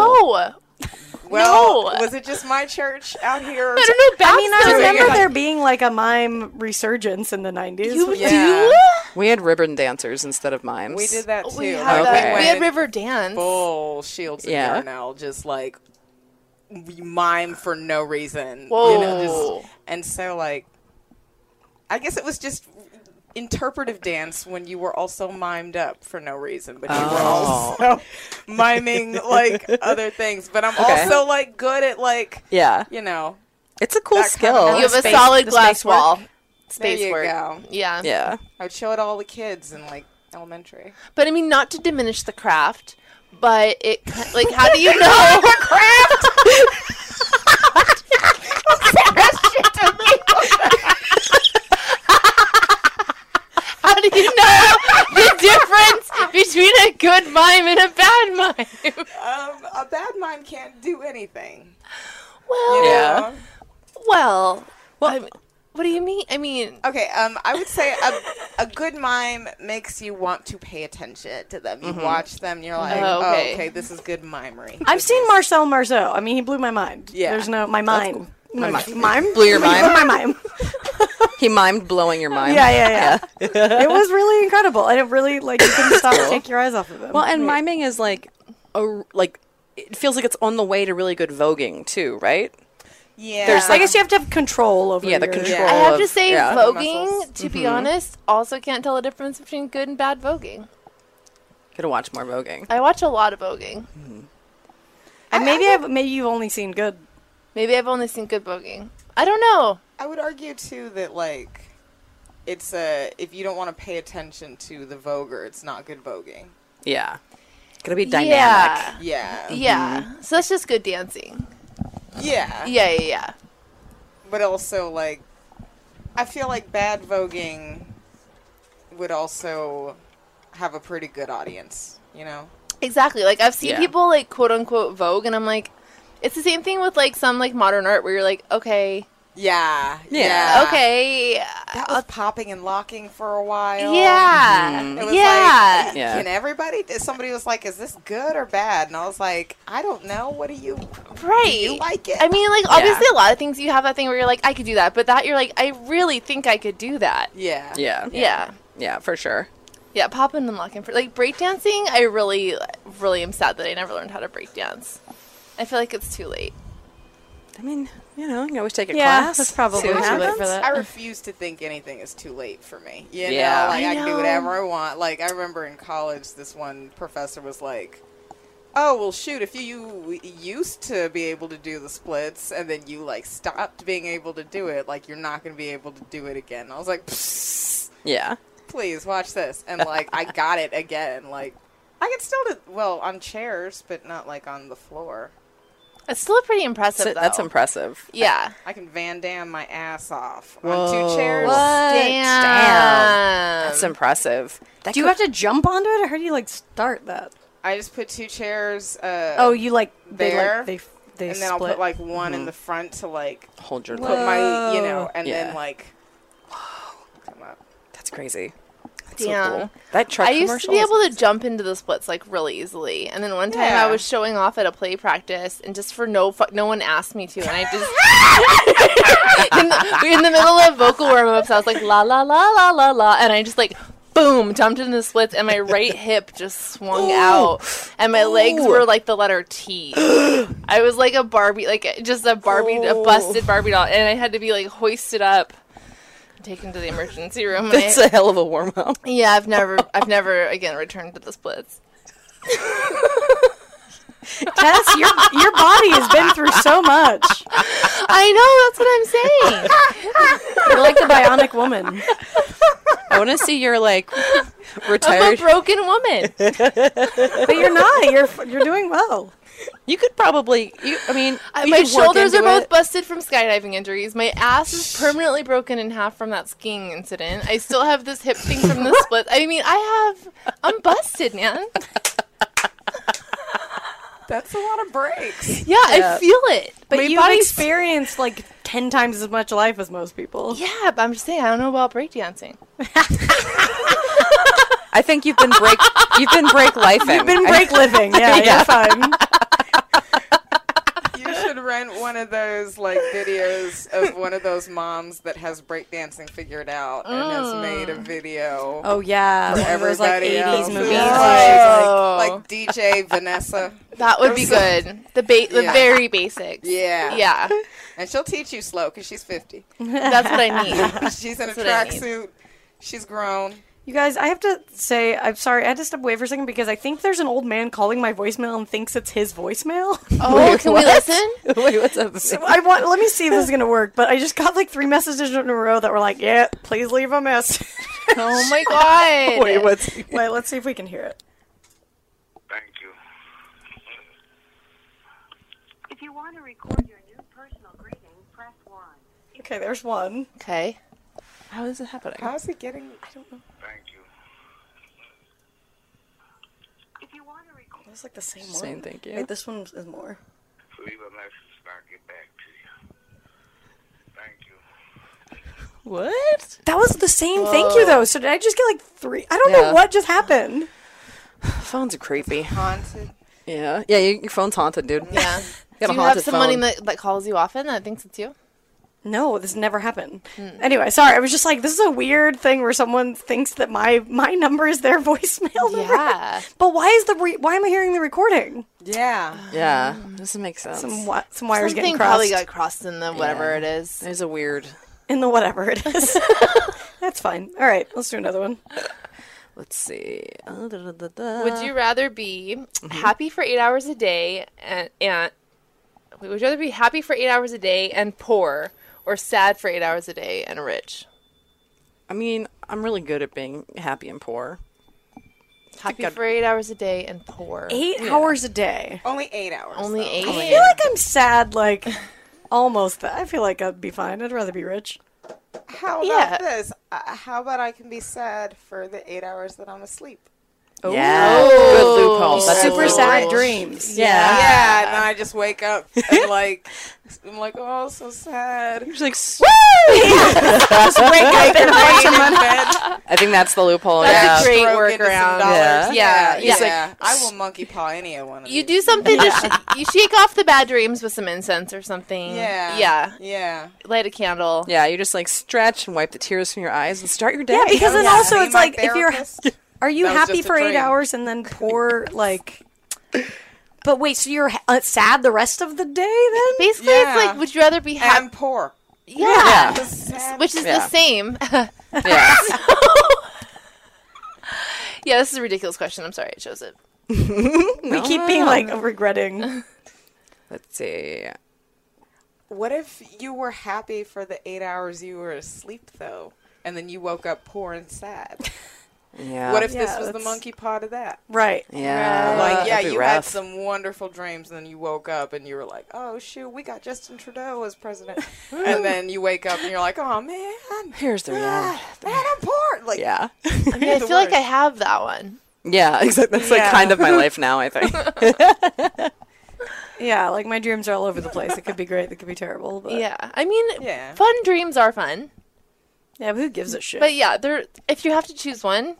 C: No,
E: Well,
C: No.
E: was it just my church out here?
C: I don't know.
G: I mean, I
C: backstory.
G: remember there being like a mime resurgence in the nineties.
C: You
E: Yeah.
C: do?
B: We had ribbon dancers instead of mimes.
E: We did that too.
C: We
E: Like,
C: had,
E: we
C: uh, we had
E: went
C: River Dance.
E: Full shields and
B: Yeah.
E: Yarnell just like we mime for no reason. You know,
C: Whoa.
E: just, and so like, I guess it was just interpretive dance when you were also mimed up for no reason, but you
B: Oh.
E: were also [laughs] miming like other things. But I'm
B: Okay.
E: also like good at like
B: Yeah.
E: you know
B: It's a cool
E: That kind of
B: skill.
C: you have a
G: space-
C: solid
G: the
C: glass
G: space work?
C: wall. Space
E: you
C: work.
E: go.
C: Yeah.
B: yeah.
E: I would show it to all the kids in like elementary.
C: But I mean, not to diminish the craft, but it ki- like how do you [laughs] know craft? How do you know the difference between a good mime and a bad mime?
E: Um, a bad mime can't do anything.
C: Well,
B: Yeah.
C: well, well. what do you mean? I mean,
E: Okay, um, I would say [laughs] a, a good mime makes you want to pay attention to them. You watch them, and you're like,
C: Oh,
E: Mm-hmm. oh, okay.
C: okay.
E: this is good mimery.
G: I've seen Marcel Marceau. I mean, he blew my mind.
E: Yeah.
G: there's no my mind. My
B: mind.
G: mime
B: Blew
G: [laughs]
B: your mind?
G: my mime.
B: He mimed blowing your mime.
G: Yeah, yeah, yeah. it was really incredible, and it really like you couldn't stop to take your eyes off of him.
B: Well, and miming is like a like it feels like it's on the way to really good voguing too, right?
E: Yeah.
B: There's,
G: I guess you have to have control over.
B: Yeah, the
G: your-
B: control.
C: I have
B: of-
C: to say,
B: yeah. Mm-hmm.
C: voguing, to be honest, also can't tell the difference between good and bad voguing.
B: Gotta watch more voguing.
C: I watch a lot of voguing.
G: And maybe I've, maybe you've only seen good.
C: Maybe I've only seen good voguing. I don't know.
E: I would argue too that like it's a if you don't want to pay attention to the voguer, it's not good voguing.
B: Yeah. Gotta be dynamic. Mm-hmm.
C: Yeah.
E: Yeah.
C: Yeah. So that's just good dancing.
E: Yeah.
C: Yeah, yeah, yeah.
E: But also like I feel like bad voguing would also have a pretty good audience, you know?
C: Exactly. Like I've seen
B: Yeah.
C: people like quote unquote vogue and I'm like it's the same thing with like some like modern art where you're like, okay,
E: Yeah.
B: Yeah.
C: okay,
E: That was popping and locking for a while.
C: Uh, yeah,
E: It was
C: yeah.
E: like,
B: Yeah.
E: can everybody? Somebody was like, "Is this good or bad?" And I was like, "I don't know. What do you?
C: right.
E: Do you like it?"
C: I mean, like obviously a lot of things you have that thing where you're like, I could do that, but that you're like, I really think I could do that.
E: yeah,
B: Yeah.
C: Yeah, yeah,
B: Yeah, for sure.
C: popping and locking for like breakdancing. I really, really am sad that I never learned how to breakdance. I feel like it's too late.
B: I mean, you know, you can always take a
G: Yeah,
B: class.
G: that's probably
B: see what
G: too late
B: happens.
G: for that.
E: I refuse to think anything is too late for me. You
B: Uh-uh. Yeah.
E: know, like
C: I
E: I, can do
C: know.
E: whatever I want. Like I remember in college, this one professor was like, "Oh well, shoot, if you used to be able to do the splits and then you like stopped being able to do it, like you're not going to be able to do it again." And I was like, "Psst,
B: Yeah.
E: "Please watch this,"
B: [laughs]
E: and like I got it again. Like I can still do well on chairs, but not like on the floor.
C: It's still pretty impressive.
B: So that's
C: though.
B: impressive.
C: Yeah.
E: I can Van Dam my ass off on two chairs.
C: Damn.
B: That's impressive. That
G: Do you
B: could-
G: have to jump onto it? I heard you like start that.
E: I just put two chairs. Uh,
G: Oh, you like they
E: there,
G: like they f- they
E: and then
G: split.
E: I'll put like one in the front to like
B: hold your
E: put my you know,
G: Whoa.
E: and
B: Yeah.
E: then like come up.
B: That's crazy. That's
C: Damn.
B: so cool. That truck
C: I used to
B: commercial
C: be
B: is-
C: able to jump into the splits like really easily, and then one time
E: Yeah.
C: I was showing off at a play practice, and just for no fu- no one asked me to, and I
B: [laughs]
C: just in, the, we were in the middle of vocal warm ups, I was like la la la la la la, and I just like boom jumped into the splits,
B: [laughs]
C: and my right hip just swung out, and my legs were like the letter
B: [gasps]
C: T. I was like a Barbie, like just a Barbie,
B: Oh.
C: a busted Barbie doll, and I had to be like hoisted up. and Taken to the emergency room. and I-
B: That's a hell of a warm up.
C: yeah, I've never, I've never again returned to the splits.
G: [laughs] Tess, your your body has been through so much.
C: I know that's what I'm [laughs] saying.
G: You're like the bionic woman.
B: I want to see your [laughs] like
C: I'm a
B: retired.
C: broken woman.
G: But you're not. You're f- you're doing well.
B: You could probably. You, I mean,
C: I-
B: you
C: My
B: could work
C: shoulders are
B: into
C: both
B: it.
C: busted from skydiving injuries. My ass is permanently broken in half from that skiing incident. I still have this hip thing from [laughs] the splits. I mean, I have, I'm busted, man.
E: That's a lot of breaks.
C: Yeah, I feel it.
G: But
C: My
G: you've
C: body's-
G: experienced like ten times as much life as most people.
C: Yeah, but I'm just saying, I don't know about breakdancing.
B: I think you've been break. you've been break life.
G: You've been break [laughs] living. Yeah, you're fine.
E: you should rent one of those like videos of one of those moms that has breakdancing figured out and has made a video.
G: Mm. Oh [laughs] yeah, one of those like
E: Everybody else
G: '80s
E: is
G: movies.
E: Like, like DJ Vanessa,
C: That would be good. The ba- the
E: Yeah.
C: very basics.
E: yeah,
C: Yeah,
E: and she'll teach you slow because she's
G: [laughs]
E: fifty.
C: that's what I [laughs] need.
E: She's in a
C: That's what I need.
E: tracksuit. She's grown.
G: You guys, I have to say, I'm sorry. I had to step away for a second because I think there's an old man calling my voicemail and thinks it's his voicemail. [laughs]
C: Oh, can we listen?
B: Wait, what's up?
G: I want. Let me see if this is gonna work. But I just got like three messages in a row that were like, "Yeah, please leave a message." [laughs]
C: Oh [laughs] my god.
B: Wait, what's?
G: Wait, let's see if we can hear it.
I: Thank you.
H: If you want to record your new personal greeting, press 1.
G: Okay, there's one.
C: Okay.
B: How is it happening?
E: How's it getting?
I: Thank you.
H: If you want to record
G: That's like the same one.
B: Same, thank you.
G: Wait, this one is more.
I: Leave a message and I'll get back to you. Thank you.
B: What?
G: That was the same. Thank you though. So did I just get like three? I don't
B: Yeah.
G: know what just happened.
B: Phones are creepy.
E: Haunted.
B: Yeah, yeah. You, your phone's haunted, dude.
C: Yeah.
B: You got
C: Do
B: a
C: you have
B: haunted
C: someone
B: phone.
C: that, that calls you often that thinks it's you?
G: No, this never happened.
J: Hmm.
G: Anyway, sorry. I was just like, this is a weird thing where someone thinks that my my [laughs] number is their voicemail number.
C: Yeah.
G: But why is the re- why am I hearing the recording?
E: Yeah.
B: Yeah, doesn't make sense.
G: Some wi- some wires
J: Something
G: getting
J: probably
G: crossed
J: got crossed in the whatever it is.
B: There's a weird.
G: in the
J: [laughs]
G: whatever it is. [laughs] That's fine. All right, let's do another one.
B: Let's see. Uh,
C: Would you rather be happy for eight hours a day and, and wait, would you rather be happy for eight hours a day and poor, or sad for eight hours a day and rich?
B: I mean, I'm really good at being happy and poor.
C: Happy for eight hours a day and poor.
G: Eight hours a day.
J: Oh.
E: Only eight hours.
C: Only
E: though.
C: eight.
G: I feel like I'm sad. Like almost. That I feel like I'd be fine. I'd rather
J: [laughs]
G: be rich.
E: How about
C: Yeah.
E: this? Uh, how about I can be sad for the eight hours that I'm asleep?
B: Yeah. Good loophole. That's a
G: Super
B: good
G: sad
B: loophole.
G: dreams.
B: Yeah.
C: Ah.
E: Yeah, and then I just wake
C: [laughs]
E: up and like I'm like, oh, so sad.
B: She's like, "S-
G: Just wake up and watch
E: Laying
G: them
E: in [laughs] bed,
B: I think that's the loophole.
C: That's a
B: yeah.
C: great
E: broke into some
C: workaround.
E: dollars.
C: Yeah.
E: yeah.
C: Yeah.
E: yeah. I will monkey paw any of one of
C: You
E: these.
C: do something to sh- you shake off the bad dreams with some incense or something.
E: Yeah.
C: Yeah.
E: Yeah.
C: Light a candle.
B: yeah, you just like stretch and wipe the tears from your eyes and start your day.
G: Yeah, because then
E: Yeah.
G: also
E: Be
G: it's
E: my
G: like if you're
E: therapist.
G: are you
E: That was
G: happy
E: just a
G: for eight
E: dream.
G: hours and
E: [laughs]
G: then poor like. But wait, so you're uh, sad the rest of the day then?
C: Basically, it's
E: Yeah.
C: like, would you rather be happy?
E: I'm poor.
C: yeah.
E: Sad.
C: Which is
B: Yeah.
C: the same. [laughs]
B: yeah.
C: yeah, this is a ridiculous question. I'm sorry I chose it.
G: We keep being like regretting.
B: [laughs] Let's see.
E: What if you were happy for the eight hours you were asleep though, and then you woke up poor and sad?
B: Yeah.
E: What if this
G: Yeah,
E: was the
G: that's-
E: monkey paw to that?
G: [laughs] Right.
B: Yeah.
E: like, yeah,
B: That'd be
E: you had
B: rough.
E: some wonderful dreams, and then you woke up and you were like, oh, shoot, we got Justin Trudeau
B: [laughs]
E: as president. and then you wake up and you're like, oh, man, I'm,
B: Here's the reality.
E: man, I'm poor. Like, [laughs]
B: Yeah.
C: I, mean, I feel like I have that one.
B: yeah. Exactly. That's like kind of my life now. I
E: [laughs]
B: think.
G: Yeah, like my dreams are all over the place. It could be great, it could be terrible. But yeah,
C: Yeah. I mean,
E: Yeah.
C: fun dreams are fun.
G: yeah but who gives a shit?
C: But yeah, they're, if you have to choose one,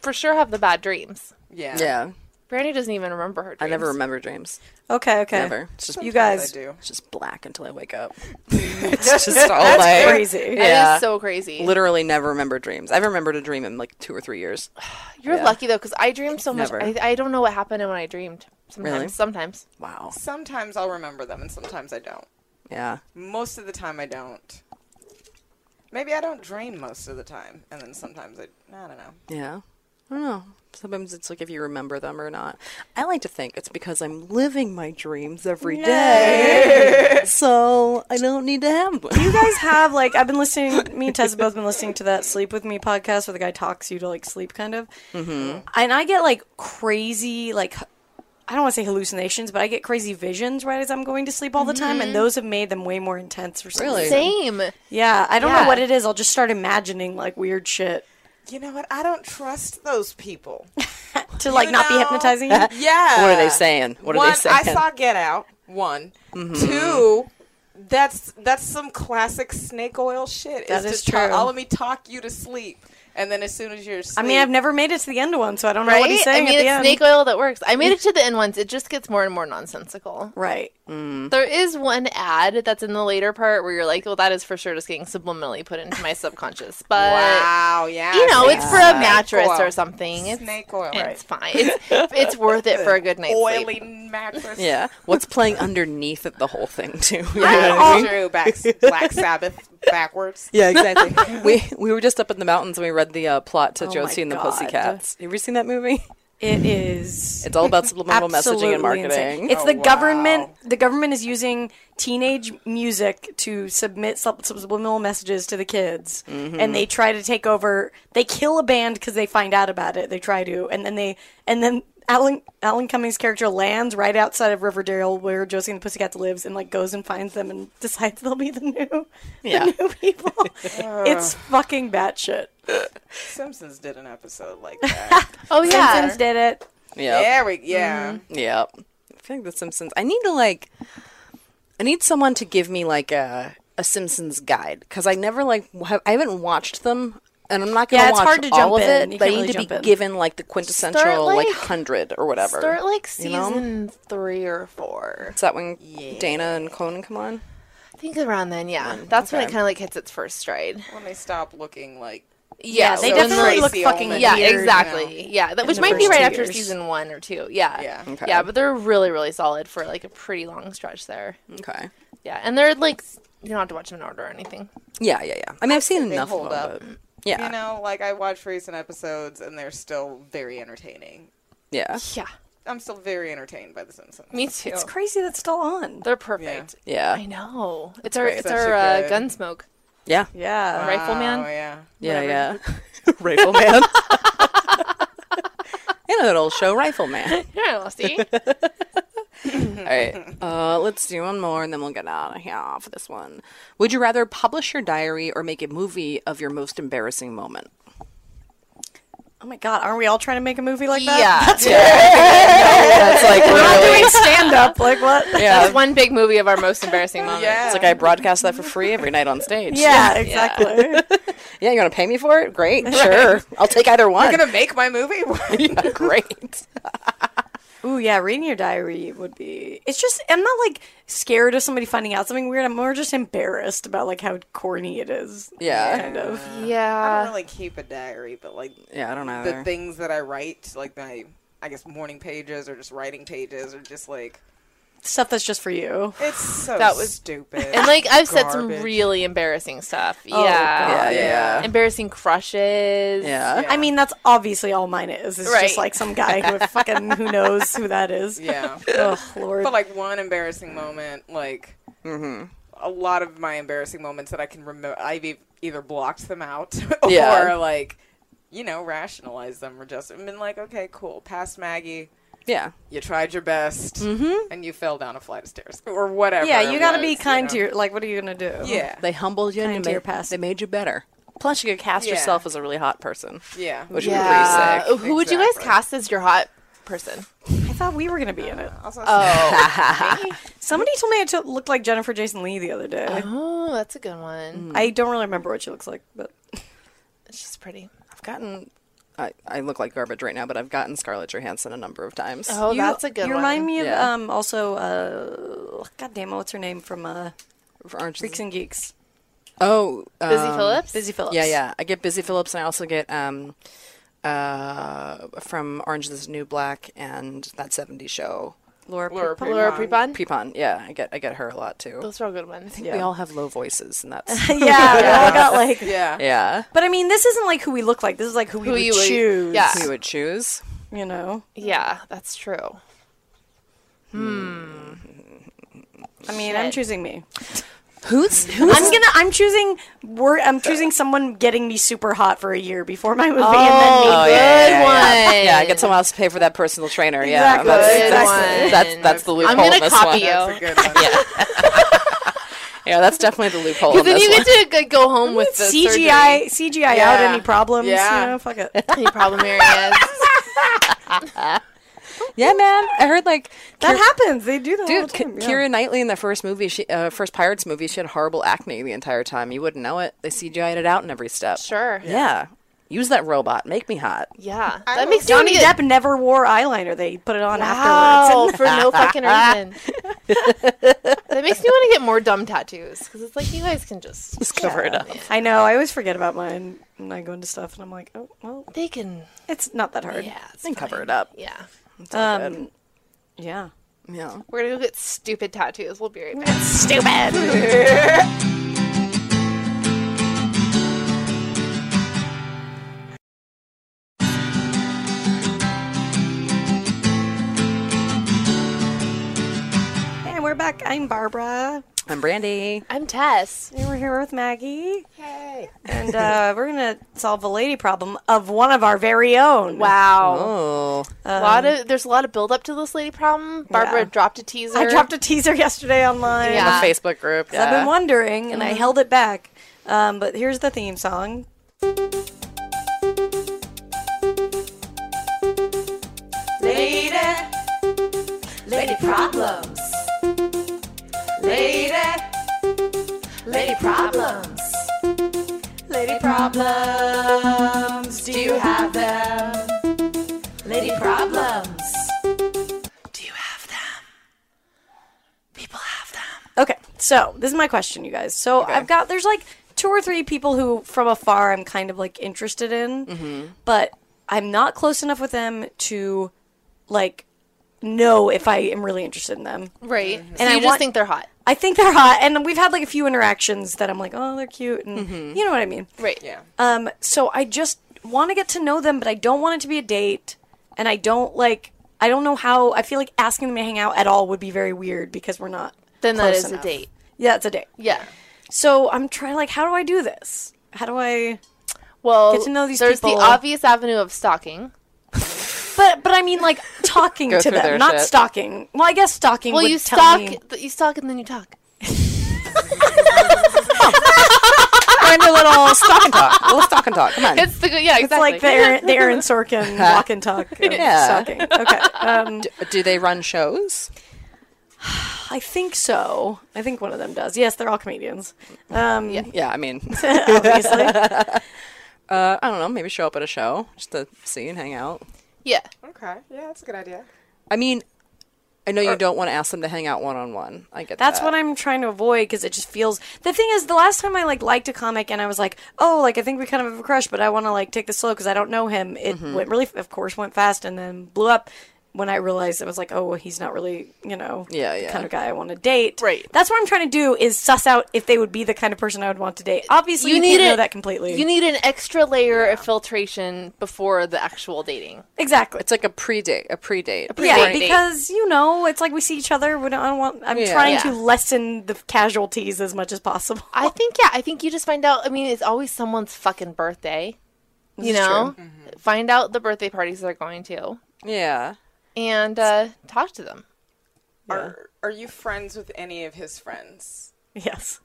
C: for sure have the bad dreams.
E: Yeah.
B: yeah.
C: Brandy doesn't even remember her
B: I
C: dreams.
B: never remember dreams.
G: okay, okay.
B: Never. It's just
G: You
E: Sometimes
G: guys,
E: I do.
B: It's just black until I wake
E: [laughs]
B: up. it's just all like
G: crazy.
C: That is
B: Yeah.
C: so crazy.
B: literally never remember dreams. I've remembered a dream in like two or three years. [sighs]
C: You're
B: Yeah.
C: lucky though, because I dream so much.
B: Never.
C: I, I don't know what happened when I dreamed. Sometimes,
B: Really?
C: sometimes.
B: Wow.
E: Sometimes I'll remember them, and sometimes I don't.
B: Yeah.
E: Most of the time, I don't. Maybe I don't dream most of the time, and then sometimes I, I don't know.
B: Yeah. I don't know. Sometimes it's like if you remember them or not. I like to think it's because I'm living my dreams every day, so I don't need to have them.
G: You guys have like I've been listening. Me and Tess have both been listening to that Sleep with Me podcast where the guy talks you to like sleep, kind of. Mm-hmm. And I get like crazy, like h- I don't want to say hallucinations, but I get crazy visions right as I'm going to sleep all the time,
C: Mm-hmm.
G: and those have made them way more intense for some
B: Really?
G: reason.
C: Same.
G: Yeah, I don't
C: Yeah.
G: know what it is. I'll just start imagining like weird shit
E: You know what? I don't trust those people.
G: to like not be
E: know?
C: [laughs]
G: hypnotizing you.
B: [laughs]
E: Yeah.
B: What are they saying? What are
E: One,
B: they saying?
E: I saw Get Out. One, two. That's that's some classic snake oil shit.
G: That is
E: to ta-
G: true.
E: I'll let me talk you to sleep, and then as soon as you're asleep,
G: I mean, I've never made it to the end of one, so I don't know what he's
C: I
G: saying
C: mean,
G: at the
C: it's
G: end.
C: snake oil that works. I made it to the end once. It just gets more and more nonsensical.
G: Right.
C: There is one ad that's in the later part where you're like, well, that is for sure just getting subliminally put into my subconscious. But,
E: wow, yeah,
C: you know, it's for a mattress
E: oil.
C: or something. It's,
E: snake oil, right?
C: it's fine. It's, it's worth it for a good night's sleep.
E: Oily
B: [laughs]
E: mattress.
B: yeah. What's playing underneath it, the whole thing
G: [laughs]
B: too? You know what I mean?
E: That's true. Back, Black Sabbath backwards.
B: [laughs] Yeah,
G: [laughs]
B: exactly. we we were just up in the mountains and we read the uh, plot to
G: Oh my
B: Josie and the
G: God.
B: Pussycats. You ever seen that
G: [laughs]
B: movie?
G: It is.
B: It's all about subliminal messaging
G: absolutely
B: and
G: insane.
B: marketing.
G: It's the government. The government is using teenage music to submit sub- subliminal messages to the kids,
B: Mm-hmm.
G: and they try to take over. They kill a band because they find out about it. They try to, and then they, and then Alan Alan Cummings' character lands right outside of Riverdale, where Josie and the Pussycats lives, and like goes and finds them and [laughs] decides they'll be the new,
B: Yeah.
G: the new [laughs] people. it's fucking batshit.
E: Simpsons did an episode like that.
C: Oh, yeah.
G: Simpsons did it.
B: Yeah.
E: yeah, we, yeah.
B: Yeah. I feel like The Simpsons. I need to like. I need someone to give me like a a Simpsons guide because I never like have, I haven't watched them and I'm not gonna
G: Yeah, it's
B: watch
G: hard to
B: all
G: jump
B: of
G: in.
B: it.
G: You
B: but I
G: can't
B: need
G: really
B: to be
G: jump in.
B: given like the quintessential like,
C: like-
B: hundred or whatever.
C: Start like
B: you know?
C: season three or four.
B: Is that when Dana and Conan come on?
C: think around then, yeah. That's when it
E: okay.
C: kind of like hits its first stride.
E: When they stop looking like
C: Yeah,
E: so
C: so it's
E: Tracy
C: like-
E: Ullman.
C: yeah, exactly. Yeah, that,
E: In
C: which
E: the
C: might be
E: first
C: right
E: two
C: after
E: years.
C: season one or two. Yeah,
E: Yeah. Okay.
C: yeah, but they're really, really solid for like a pretty long stretch there.
E: Okay.
C: Yeah, and they're like s- you don't have to watch them in order or anything.
E: Yeah, yeah, yeah. I mean, I've seen
C: They
E: enough
C: hold
E: of them.
C: up.
E: but- Yeah,
B: Uh,
C: You
E: you know, like I watch recent episodes and they're still very entertaining. yeah,
C: yeah.
E: I'm still very entertained by The Simpsons.
C: Me too.
G: It's crazy that's still on.
C: They're perfect.
E: Yeah.
C: I know. It's our
E: great.
C: it's
E: Such
C: our
E: a
C: uh,
E: good-
C: gunsmoke.
E: Yeah.
G: Yeah.
C: Rifleman?
E: Oh yeah.
C: Whatever.
E: Yeah,
B: [laughs]
E: yeah. Rifleman. you know that old show, Rifleman.
C: Yeah, well, see?
E: All right. Uh, let's do one more and then we'll get out of here for this one. Would you rather publish your diary or make a movie of your most embarrassing moment?
G: Oh my god, aren't we all trying to make a movie like that?
C: Yeah.
G: That's
E: That's like
G: We're not
E: literally-
G: doing stand up. Like [laughs] what?
C: That's one big movie of our most embarrassing moments.
E: It's like I broadcast that for free every night on stage.
G: Yeah, exactly.
E: Yeah, you want to pay me for it? Great, sure. I'll take either one.
G: You're gonna
E: make my movie? [laughs] yeah, great.
G: [laughs] Ooh, yeah, reading your diary would be. It's just I'm not like scared of somebody finding out something weird. I'm more just embarrassed about like how corny it is.
E: Yeah.
G: kind of.
C: Yeah.
E: I don't
C: really
E: keep a diary, but like
G: Yeah, I don't
E: the
G: either.
E: things that I write, like my I guess morning pages or just writing pages or just like
G: Stuff that's just for you.
E: it's so
C: That was-
E: stupid.
C: And like I've said some
E: Garbage.
C: really embarrassing stuff.
G: Oh,
C: yeah.
G: God, Yeah,
E: yeah.
C: Embarrassing crushes.
G: I mean, that's obviously all mine is. It's
C: Right.
G: just like some guy [laughs] who fucking who knows who that is.
E: [laughs] Yeah.
G: Oh Lord.
E: But like one embarrassing moment, like
G: Mm-hmm.
E: a lot of my embarrassing moments that I can remember, I've e- either blocked them out [laughs] or
B: Yeah.
E: like, you know, rationalized them or just been like, okay, cool, past Maggie.
G: Yeah.
E: you tried your best, and you fell down a flight of stairs or whatever.
G: Mm-hmm. Yeah, you got
E: it
G: to be
E: was,
G: kind
E: you know?
G: to your. Like, what are you gonna do?
E: Yeah. They humbled you
G: Kind to your past.
E: They made you better. Plus, you could cast
G: Yeah.
E: yourself as a really hot person. Yeah, which
C: Yeah.
E: would be pretty sick.
C: Who would you guys cast as your hot person?
G: I thought we were gonna be in it. [laughs]
C: Oh.
G: Somebody told me I t- looked like Jennifer Jason Lee the other day.
C: oh, that's a good one.
G: I don't really remember what she looks like, but
C: She's pretty.
E: I've gotten. I, I look like garbage right now, but I've gotten Scarlett Johansson a number of times.
C: Oh,
G: You-
C: that's a good
G: You
C: one.
G: remind me of
E: Yeah.
G: um also uh God damn it, what's her name from uh Freaks and Geeks.
E: Oh,
G: Busy
E: um,
G: Phillips? Busy Phillips.
E: Yeah, yeah. I get Busy Phillips, and I also get um, uh, from Orange Is the New Black and that '70s show.
G: Laura,
C: Laura
G: Prepon.
C: Laura Prepon?
E: Prepon. Yeah, I get I get her a lot too.
C: Those are all good ones.
E: We all have low voices, and that's
B: [laughs]
E: [laughs]
G: yeah, we all got like
E: yeah, yeah.
G: But I mean this isn't like who we look like. This is like who we
C: Who
G: would
C: you would-
G: choose.
C: yeah.
E: We would choose.
G: You know?
C: Yeah, that's true. Hmm.
G: I mean I'm
C: Shit.
G: choosing me.
E: Who's who's
G: I'm gonna I'm choosing wor- I'm choosing someone getting me super hot for a year before my movie and then
C: Oh,
G: me.
C: good
E: yeah, yeah, yeah.
C: one.
E: Yeah,
C: [laughs]
E: I get someone else to pay for that personal trainer. Yeah,
G: Exactly.
E: that's,
G: Good
E: that's, that's that's the loophole.
C: I'm gonna
E: in this
C: copy
E: one.
C: you.
E: Yeah, that's definitely the loophole.
C: Because
E: In
C: then
E: this
C: you
E: one.
C: get to like, go
G: [laughs]
C: home with the
G: CGI CGI out
C: Yeah.
G: any problems,
C: Yeah.
G: you know, fuck it.
C: surgery. Any problem areas?
E: Yeah, man. I heard like
G: That
E: Kier-
G: happens. They do that all
E: Dude,
G: the time.
E: Ki-
G: Oh, yeah.
E: Keira Knightley in the first movie, she uh, first Pirates movie, she had horrible acne the entire time. You wouldn't know it. They CGI'd it out in every
C: [laughs]
E: step.
C: Sure.
E: Yeah. Use that robot. Make me hot.
C: Yeah,
G: I
C: that
G: will-
C: makes
G: Johnny
C: Johnny
G: Depp never wore eyeliner. They put it
C: [laughs]
G: on
C: Wow,
G: afterwards.
C: for
G: [laughs]
C: no fucking reason. that makes me want to get more dumb tattoos because it's like you guys can just
E: cover it up.
G: I know. I always forget about mine when I go into stuff, and I'm like, oh well,
C: They can.
G: it's not that hard.
C: Yeah, it's
E: And
C: fine.
E: cover it up.
C: Yeah,
G: Um, yeah.
E: Yeah.
C: we're gonna go get stupid tattoos. We'll be right back.
G: Stupid. [laughs] And we're back. I'm Barbara.
E: I'm Brandy.
C: I'm Tess.
G: And we're here with Maggie.
C: Hey.
G: And uh, we're going to solve a lady problem of one of our very own.
C: Wow.
E: Oh.
C: A lot of there's a lot of build up to this lady problem. Barbara
G: Yeah.
C: dropped a teaser.
G: I dropped a teaser [laughs] yesterday online.
C: Yeah.
E: The Facebook group.
G: 'Cause I've
E: Yeah.
G: been wondering, and I held it back. Um, but here's the theme song.
H: Lady, lady problems. Lady, lady problems. Lady problems, do you have them? Lady problems.
G: Okay, So this is my question, you guys. So I've got there's like two or three people who from afar I'm kind of like interested in, but I'm not close enough with them to like know if I am really interested in them.
C: Right. And
G: Mm-hmm. And
C: you
G: I
C: just
G: want-
C: think they're hot.
G: I think they're hot, and we've had like a few interactions that I'm like, oh, they're cute, and you know what I mean.
C: Right. Yeah.
G: Um, so I just want to get to know them, but I don't want it to be a date, and I don't like. I don't know how. I feel like asking them to hang out at all would be very weird because we're not.
C: Then that
G: close
C: is a
G: enough.
C: date.
G: Yeah, it's a date.
C: Yeah.
G: So I'm trying. Like, how do I do this? How do
B: [laughs]
G: I?
C: Well,
G: Get to know these
C: there's
G: people.
C: the obvious avenue of stalking.
G: But but I mean, like
B: [laughs]
G: talking
B: Go
G: to
B: through their
G: them, not
B: shit.
G: stalking. Well, I guess stalking.
C: Well,
G: would
C: you
G: tell
C: stalk,
G: me-
C: th- you stalk, and then you talk.
B: Find a little stock and talk. A little stock and talk. Come on.
C: It's the good, yeah,
G: It's
C: exactly.
G: like the Aaron,
B: [laughs]
G: the Aaron Sorkin walk and talk. Of
B: Yeah.
G: Stalking.
B: [laughs]
G: Okay. Um,
B: Do they run shows?
G: I think so. I think one of them does. Yes, they're all comedians. Um,
B: Yeah, I mean,
G: [laughs]
B: [laughs]
G: obviously.
B: uh, I don't know. Maybe show up at a show just to see and hang out.
C: yeah.
E: Okay. Yeah, that's a good idea.
B: I mean, I know you don't want to ask them to hang out one on one. I get
G: That's
B: that.
G: what I'm trying to avoid because it just feels. The thing is, the last time I like liked a comic and I was like, oh, like I think we kind of have a crush, but I want to like take this slow because I don't know him. It
C: Mm-hmm.
G: went really, of course, went fast and then blew up. When I realized I was like, oh, well, he's not really, you know,
B: Yeah,
G: the
B: yeah.
G: kind of guy I want to date.
C: Right.
G: That's what I'm trying to do is suss out if they would be the kind of person I would want to date. Obviously, you,
C: need
G: can't know
C: it-
G: that completely.
C: You need an extra layer of filtration before the actual dating.
G: exactly.
B: It's like a pre-date, a pre-date. A
G: Yeah,
C: date.
G: because you know, it's like we see each other. We don't, I don't want. I'm
B: Yeah.
G: trying
C: Yeah.
G: to lessen the casualties as much as possible.
C: I think yeah, I think you just find out. I mean, it's always someone's fucking birthday. You know,
G: Mm-hmm.
C: find out the birthday parties they're going to
B: yeah.
C: and uh, talk to them.
E: Are Are you friends with any of his friends?
G: Yes,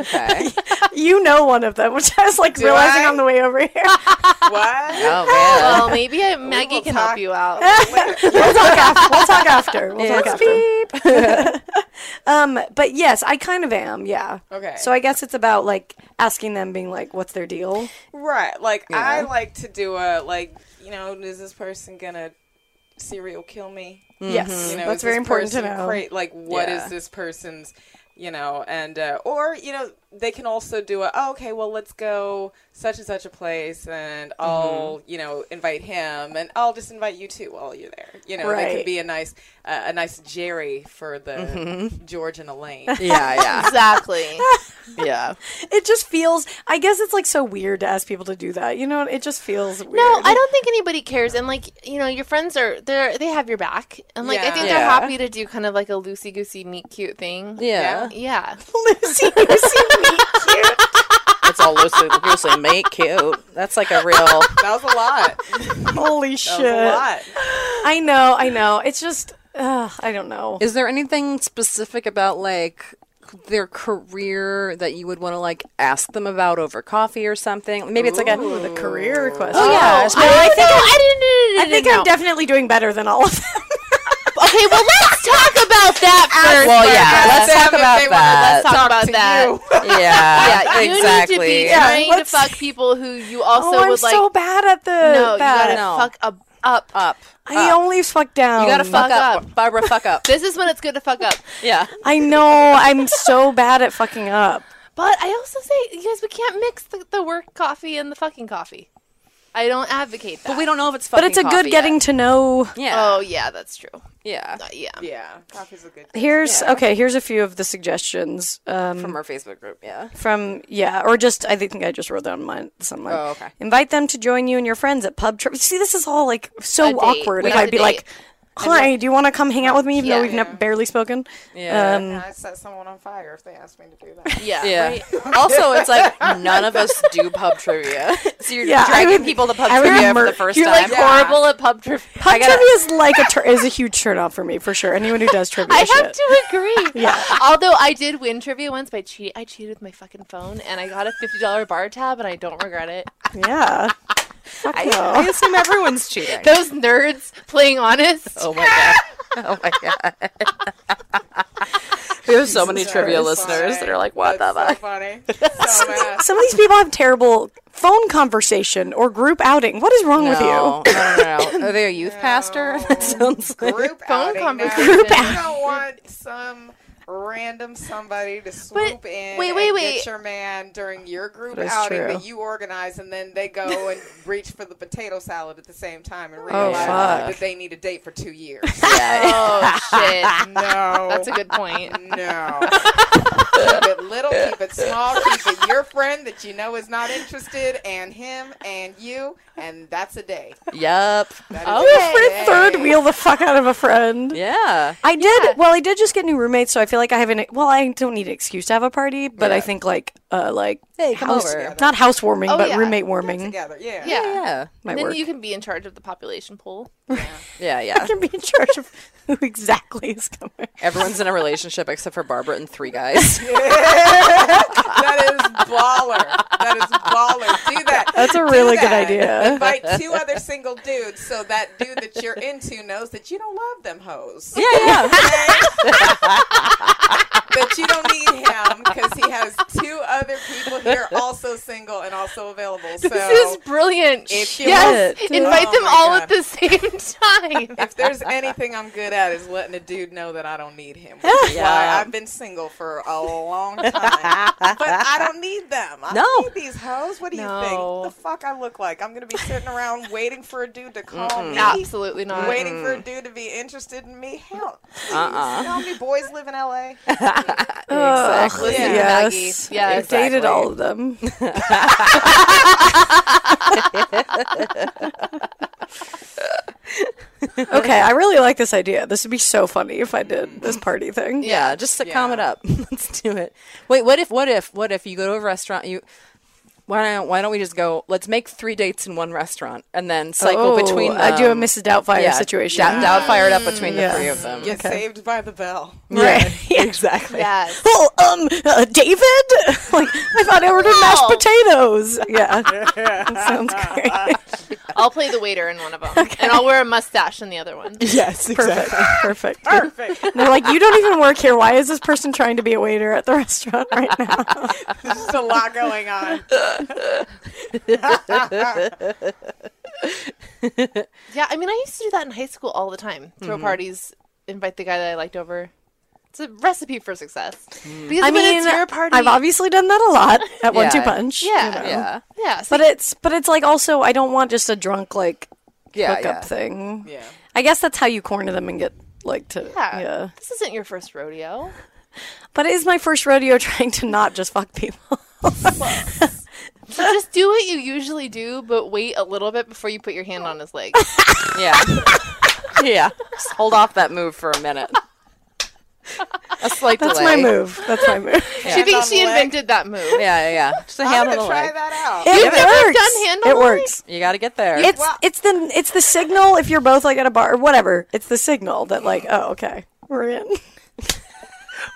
B: Okay.
G: [laughs] you know one of them, which I was like realizing
E: I?
G: on the way over here.
E: [laughs]
G: [laughs]
E: What?
B: oh man.
C: Well, maybe uh, Maggie
E: will
C: can
E: talk.
C: help you out. [laughs]
G: we'll talk after. We'll talk after. We'll talk after. [laughs] um, but yes, I kind of am. Yeah.
E: Okay.
G: So I guess it's about like asking them, being like, "What's their deal?"
E: Right. Like I like to do a like you know is this person gonna serial kill me?
G: Yes,
E: You know,
G: Mm-hmm. that's
E: is
G: very
E: this
G: important to
E: person
G: know.
E: cra- like, what is
B: Yeah.
E: this person's, you know, and uh, or you know, they can also do a oh, okay, well, let's go such and such a place, and
G: Mm-hmm.
E: I'll you know invite him, and I'll just invite you too while you're there. You know, they
G: Right.
E: could be a nice uh, a nice Jerry for the
G: Mm-hmm.
E: George and Elaine.
B: Yeah,
C: Exactly.
B: yeah, yeah.
G: It just feels. I guess it's like so weird to ask people to do that. You know, it just feels weird.
C: No, I don't think anybody cares. And like, you know, your friends are they are they have your back. And like I think they're
B: Yeah.
C: happy to do kind of like a loosey goosey meet cute thing.
B: Yeah.
C: Yeah.
G: [laughs] Lucy, Lucy, me.
B: It's all loosely, loosely make cute. That's like a real.
E: That was a lot.
G: [laughs] Holy
E: That
G: shit!
E: was a lot.
G: I know, I know. It's just, uh, I don't know.
B: Is there anything specific about like their career that you would want to like ask them about over coffee or something? Maybe it's like a
G: Ooh, the career question.
B: Oh, yeah.
C: I, I think I,
G: I think I'm definitely doing better than all of them.
C: Okay, well let's talk about that first.
B: Well, yeah. Let's
E: Sam,
B: talk
E: if
B: about
E: they wanna-
B: that.
C: let's talk, about that.
B: [laughs]
C: [laughs]
B: yeah,
C: Yeah, you
B: exactly.
C: need to be
G: Yeah,
C: trying to
G: let's-
C: fuck people who you also
G: [laughs] oh, I'm
C: would like.
G: so bad at the.
C: no, you
G: that.
C: gotta
B: No.
C: fuck up. Up.
B: up.
G: I only fuck down.
B: You gotta fuck,
C: fuck
B: up.
C: up.
B: Barbara. Fuck up.
C: This is when it's good to fuck up.
B: [laughs] yeah.
C: [laughs]
G: I know. I'm so bad at fucking up.
C: But I also say, you guys, we can't mix the, the work coffee and the fucking coffee. I don't advocate that.
B: But we don't know if it's.
G: But
B: Fucking
G: it's a
B: coffee
G: good getting
B: Yet.
G: to know.
B: Yeah.
C: Oh yeah, that's true.
B: yeah.
C: Uh, yeah.
E: Yeah, coffee's a good.
G: Here's okay. Here's a few of the suggestions. Um,
B: From our Facebook group. Yeah.
G: from yeah, or just I think I just wrote down mine someone.
B: Oh, okay.
G: Invite them to join you and your friends at pub trips. See, this is all like so
C: A date.
G: awkward.
C: We
G: If
C: have
G: I'd
C: a
G: be
C: date.
G: like, "Hi, do you want to come hang out with me?" Even
C: Yeah.
G: though we've never barely spoken.
B: Yeah.
G: Um,
E: And I set someone on fire if they asked me to do that.
C: Yeah.
B: Yeah.
C: right?
B: [laughs] also, it's like none of us do pub trivia, [laughs] so you're
G: Yeah, I
B: dragging
G: would-
B: people to pub
G: I would
B: trivia for
G: mur-
B: the 1st
C: You're
B: time.
C: like horrible at pub trivia.
G: pub
B: I gotta-
G: trivia is like a tur- is a huge turnoff for me for sure. Anyone
B: [laughs]
G: who does trivia,
C: I have
G: shit.
C: to agree. [laughs] yeah. Although I did win trivia once by cheating. I cheated with my fucking phone and I got a fifty dollar bar tab and I don't regret [laughs] it.
G: Yeah,
B: I, I
G: [laughs]
B: assume everyone's cheating.
C: Those nerds playing honest.
B: Oh my god. [laughs] Oh my god. we have so many trivia listeners that are like, what the
E: That's so
B: fuck?
E: [laughs] funny. So bad.
G: some of these people have terrible phone conversation or group outing. What is wrong with you?
B: No, no, no, [laughs] no. Are [laughs] they a youth pastor? That sounds like
E: group phone
C: conversation.
E: You don't want some random somebody to swoop in
C: wait, wait,
E: and
C: wait.
E: get your man during your group
B: That's
E: outing
B: true.
E: that you organize, and then they go [laughs] and reach for the potato salad at the same time and
B: Oh,
E: realize
B: fuck.
E: that they need a date for two years.
C: [laughs] [laughs] Oh shit.
E: [laughs] No. [laughs]
C: That's a good point.
E: No. keep it little, keep it small, keep it your friend that you know is not interested, and him and you, and that's a day.
B: Yep.
E: That is
G: Oh,
E: a
G: friend third wheel the fuck out of a friend.
B: Yeah.
G: I did. Well, I did just get new roommates, so I feel like I haven't. Well, I don't need an excuse to have a party, but I think like, uh, like, hey,
B: come over.
G: Not housewarming,
C: Oh,
G: but
C: yeah.
G: roommate warming.
E: Together, yeah.
C: Yeah.
B: Yeah.
G: Might
C: then
G: work.
C: you
G: [laughs]
C: can be in charge of the population pool.
B: Yeah,
G: I
B: yeah.
G: can be in charge of who exactly is coming.
B: Everyone's in a relationship except for Barbara and three [laughs] guys.
E: That is baller. That is baller. Do that.
G: That's a
E: Do
G: really good
E: that.
G: idea.
E: Invite two other single dudes so that dude that you're into knows that you don't love them hoes.
B: yeah, yeah.
G: [laughs]
E: That you don't need him because he has two other people here also single and also available. So
C: This is brilliant.
E: if you
C: yes,
E: want-
C: invite
E: Oh
C: them
E: my
C: all
E: God.
C: at the same [laughs] time.
E: if
B: [laughs]
E: there's anything I'm good at is letting a dude know that I don't need him. Which is
B: Yeah.
E: why I've been single for a long time. but
B: [laughs]
E: I don't need them. I don't
B: No.
E: need these hoes. What do you
C: No.
E: think? The fuck I look like? I'm gonna be sitting around waiting for a dude to call me.
C: Absolutely not.
E: Waiting for a dude to be interested in me. Hell, please.
B: Uh-uh.
E: You know how many boys live in LA?
B: [laughs] exactly.
C: Listen to
G: Yeah.
C: Maggie.
G: Yes.
C: Yes.
G: I've dated all of them. [laughs] okay, I really like this idea. This would be so funny if I did this party thing.
B: Yeah, just sitcom it up. [laughs] let's do it. Wait, what if? What if? What if you go to a restaurant? You why don't why don't we just go? Let's make three dates in one restaurant and then cycle
G: Oh,
B: between. Them.
G: I do a Mrs. Doubtfire
B: yeah,
G: situation.
B: Down, down fired up between the
G: Yeah.
B: three of them.
E: Get saved by the
B: [laughs]
E: bell.
G: Right. [laughs]
B: Exactly.
C: Yes.
G: Well, um, uh, David, [laughs] like I thought I ordered mashed potatoes.
B: [laughs]
G: Yeah, That sounds great.
C: I'll play the waiter in one of them, and I'll wear a mustache in the other [laughs] one.
B: Yes.
G: Perfect. Perfect. Perfect. And they're like, you don't even work here. Why is this person trying to be a waiter at the restaurant right now?
B: [laughs]
E: There's just a lot going on.
C: Yeah, I mean, I used to do that in high school all the time. Throw parties, invite the guy that I liked over. It's a recipe for success. Because
G: I
C: when
G: mean,
C: it's your party.
G: I've obviously done that a lot at One Two
B: Yeah.
G: Punch. you
C: Yeah.
G: know.
B: Yeah.
C: yeah, so
G: But it's but it's like also I don't want just a drunk like
B: Yeah.
G: hookup
B: yeah.
G: thing.
E: Yeah.
G: I guess that's how you corner them and get like to
C: yeah,
G: yeah.
C: this isn't your first [laughs] rodeo.
G: But it is my first rodeo [laughs] trying to not just fuck people. [laughs]
C: So just do what you usually do, but wait a little bit before you put your hand on his [laughs] leg.
G: [laughs]
B: Yeah. yeah. Just hold off that move for a minute. A slight
G: That's
B: delay.
G: my move. That's my move.
C: She thinks
E: on
C: she
E: the leg.
C: invented that move.
B: Yeah, yeah, yeah. Just a
E: I'm
B: hand on the
E: gonna try
B: leg.
E: that out.
G: It,
C: never
G: works.
C: done hand
G: it
C: on leg?
G: works.
B: You got to get there.
G: It's it's the it's the signal if you're both like at a bar or whatever. It's the signal that like oh okay we're in.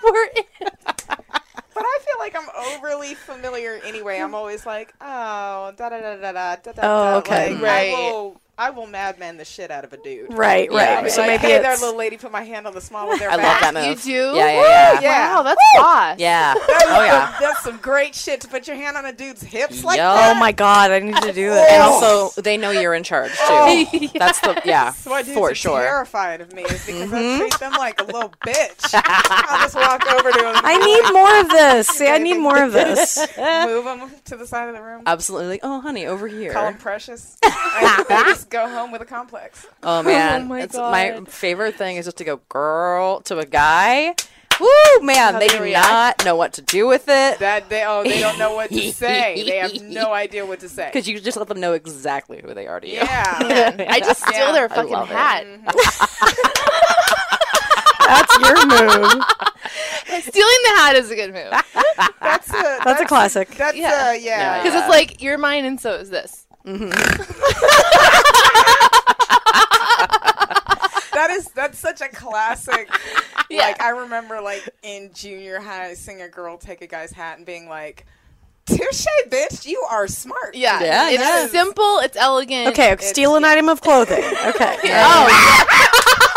C: We're in-
E: But I feel like I'm overly familiar anyway. I'm always like, oh, da da da da da da da.
G: Oh, okay.
E: Like,
C: Right.
E: I will, I will madman the shit out of a dude.
G: Right,
B: Yeah,
G: right.
E: I'll be
G: So
E: like,
G: maybe
E: hey there,
G: it's
E: little lady, put my hand on the small of their
B: I love
E: back.
B: that move.
C: you do?
B: Yeah, yeah, yeah.
E: Yeah.
C: Wow, that's boss.
B: Yeah. Oh yeah.
E: [laughs] That's some great shit to put your hand on a dude's hips like
B: Yup.
E: that.
G: oh my god, I need to
E: [laughs]
G: do
B: And
G: that.
B: also, they know you're in charge too.
E: Oh.
B: That's the
E: [laughs]
B: yeah,
E: That's why dudes
B: for
E: are
B: sure. Mm-hmm.
E: terrified of me is because I treat them like
B: [laughs]
E: a little bitch. I'll just walk over to them.
G: I need more of this. See, I need more of this.
E: move them to the side of the room.
B: Absolutely. Like, oh, honey, over here.
E: Call them
B: [laughs]
E: precious. I I just go home with a complex. [laughs]
B: Oh man,
C: my
B: it's my
C: God.
B: favorite thing is just to go girl to a guy. Woo, man, they do not know what to do with it
E: That they oh they don't know what to say. They have no idea what to say.
B: because you just let them know exactly who they are to you.
C: [laughs]
E: yeah.
C: [laughs] I just steal
E: Yeah. Mm-hmm.
C: their
B: I
C: fucking
B: love it.
C: hat.
G: That's your move.
C: Stealing the hat is a
B: [laughs]
C: good move because
E: That's a that's,
G: That's a classic.
E: That's
C: Yeah.
E: a yeah.
C: it's like you're mine and so is this.
E: That is that's such a classic.
C: Yeah.
E: Like I remember like in junior high seeing a girl take a guy's hat and being like, Touche bitch, you are smart.
C: Yeah,
B: Yeah,
C: it's
B: yeah.
C: simple, it's
B: [laughs]
C: elegant.
G: Okay, steal an item of clothing. Okay.
B: yeah,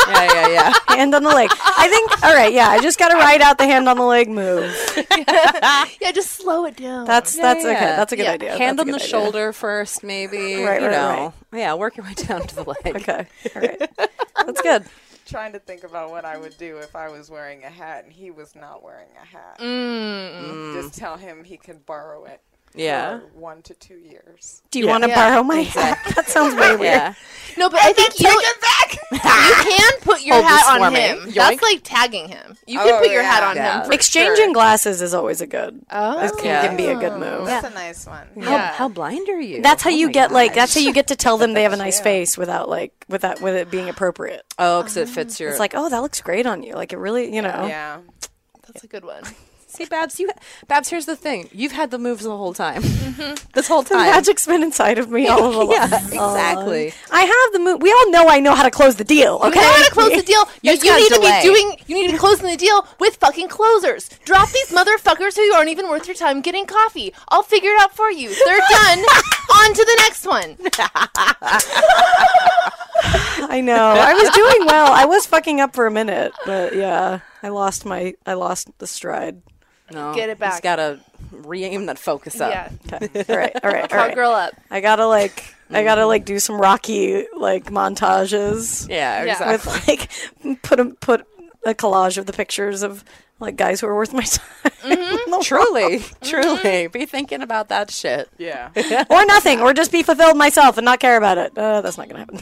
B: yeah, yeah.
G: Hand on the leg. I think all right, yeah, I just got to ride out the hand on the leg move.
C: [laughs] yeah, just slow it down.
G: That's that's
B: yeah,
G: okay.
B: yeah.
G: That's a good
C: Yeah,
G: idea. That's
B: Hand
G: a
B: on the
G: good idea.
B: shoulder first, maybe.
G: Right,
B: you [laughs]
G: right, [laughs]
B: know. Yeah, work your way down to the leg.
G: Okay. All right. That's good.
E: trying to think about what I would do if I was wearing a hat and he was not wearing a hat.
G: Mm.
E: Just tell him he can borrow it.
B: Yeah.
E: for one to two years.
G: Do you want to borrow my hat? [laughs] That sounds way
B: [laughs]
G: weird.
B: Yeah.
C: No, but I, think you [laughs] you can put
B: Oh,
C: your
G: Hold this
C: hat
G: for
C: on
G: me.
C: him.
G: Yoink.
C: That's like tagging him. You
E: Oh,
C: can put your hat on him. For
G: Exchanging glasses is always a good.
C: Oh.
G: is- can, can be a good move.
E: That's a nice one.
G: Yeah.
B: How blind are you?
G: That's how
B: Oh
G: you
B: my
G: get like. That's how
B: gosh.
G: you get to tell them
B: [laughs]
G: they have a nice face without like without with it being appropriate.
B: Oh, because it fits your.
G: It's like, oh, that looks great on you. Like it really, you know.
E: Yeah.
C: That's a good one.
B: see, Babs, you, Babs. Here's the thing: you've had the moves the whole time.
C: Mm-hmm.
B: [laughs] This whole
G: The
B: time.
G: magic's been inside of me all
C: [laughs]
G: along.
B: yeah, exactly.
G: I have the move. We all know I know how to close the deal. Okay,
C: You know
G: [laughs]
C: how to close the deal.
B: You
C: You,
B: just
C: you
B: gotta
C: need
B: delay.
C: to be doing. You need to close the deal with fucking closers. Drop these motherfuckers who aren't even worth your time getting coffee. I'll figure it out for you.
G: [laughs]
C: They're done. on to the next one.
G: I know. I was doing well. I was fucking up for a minute, but yeah, I lost my. I lost the stride.
B: No,
C: Get it
B: Just
C: back.
B: gotta re-aim that focus up.
C: Yeah,
G: Okay.
C: [laughs]
G: All right. All right. All right.
C: cowgirl up.
G: I gotta like. I gotta like do some rocky like montages.
B: Yeah,
C: Yeah.
B: exactly.
G: with like put a put a collage of the pictures of like guys who are worth my time
C: Mm.
B: truly,
G: Mm-hmm.
B: truly, be thinking about that shit.
E: Yeah.
G: [laughs] or nothing or just be fulfilled myself and not care about it uh, that's not gonna happen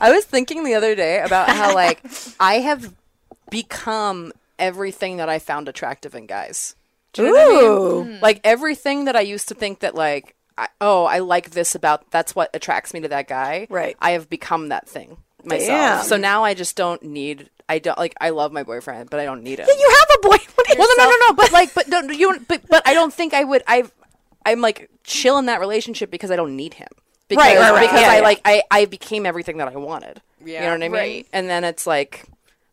B: I was thinking the other day about
G: [laughs]
B: how like I have become everything that I found attractive in guys. Do you know what I mean?
G: Ooh.
B: Like everything that I used to think that like I, oh I like this about that's what attracts me to that guy.
G: Right.
B: I have become that thing myself.
G: Damn.
B: So now I just don't need. I don't like. I love my boyfriend, but I don't need him.
G: you have a boyfriend
B: Well, no, no, no, no. But like, but don't you? But but I don't think I would. I, I'm like chill in that relationship because I don't need him. Because,
G: Right, right, right.
B: Because
G: Yeah,
B: I
G: yeah.
B: like I I became everything that I wanted. you
E: Yeah.
B: know what I mean. And then it's like,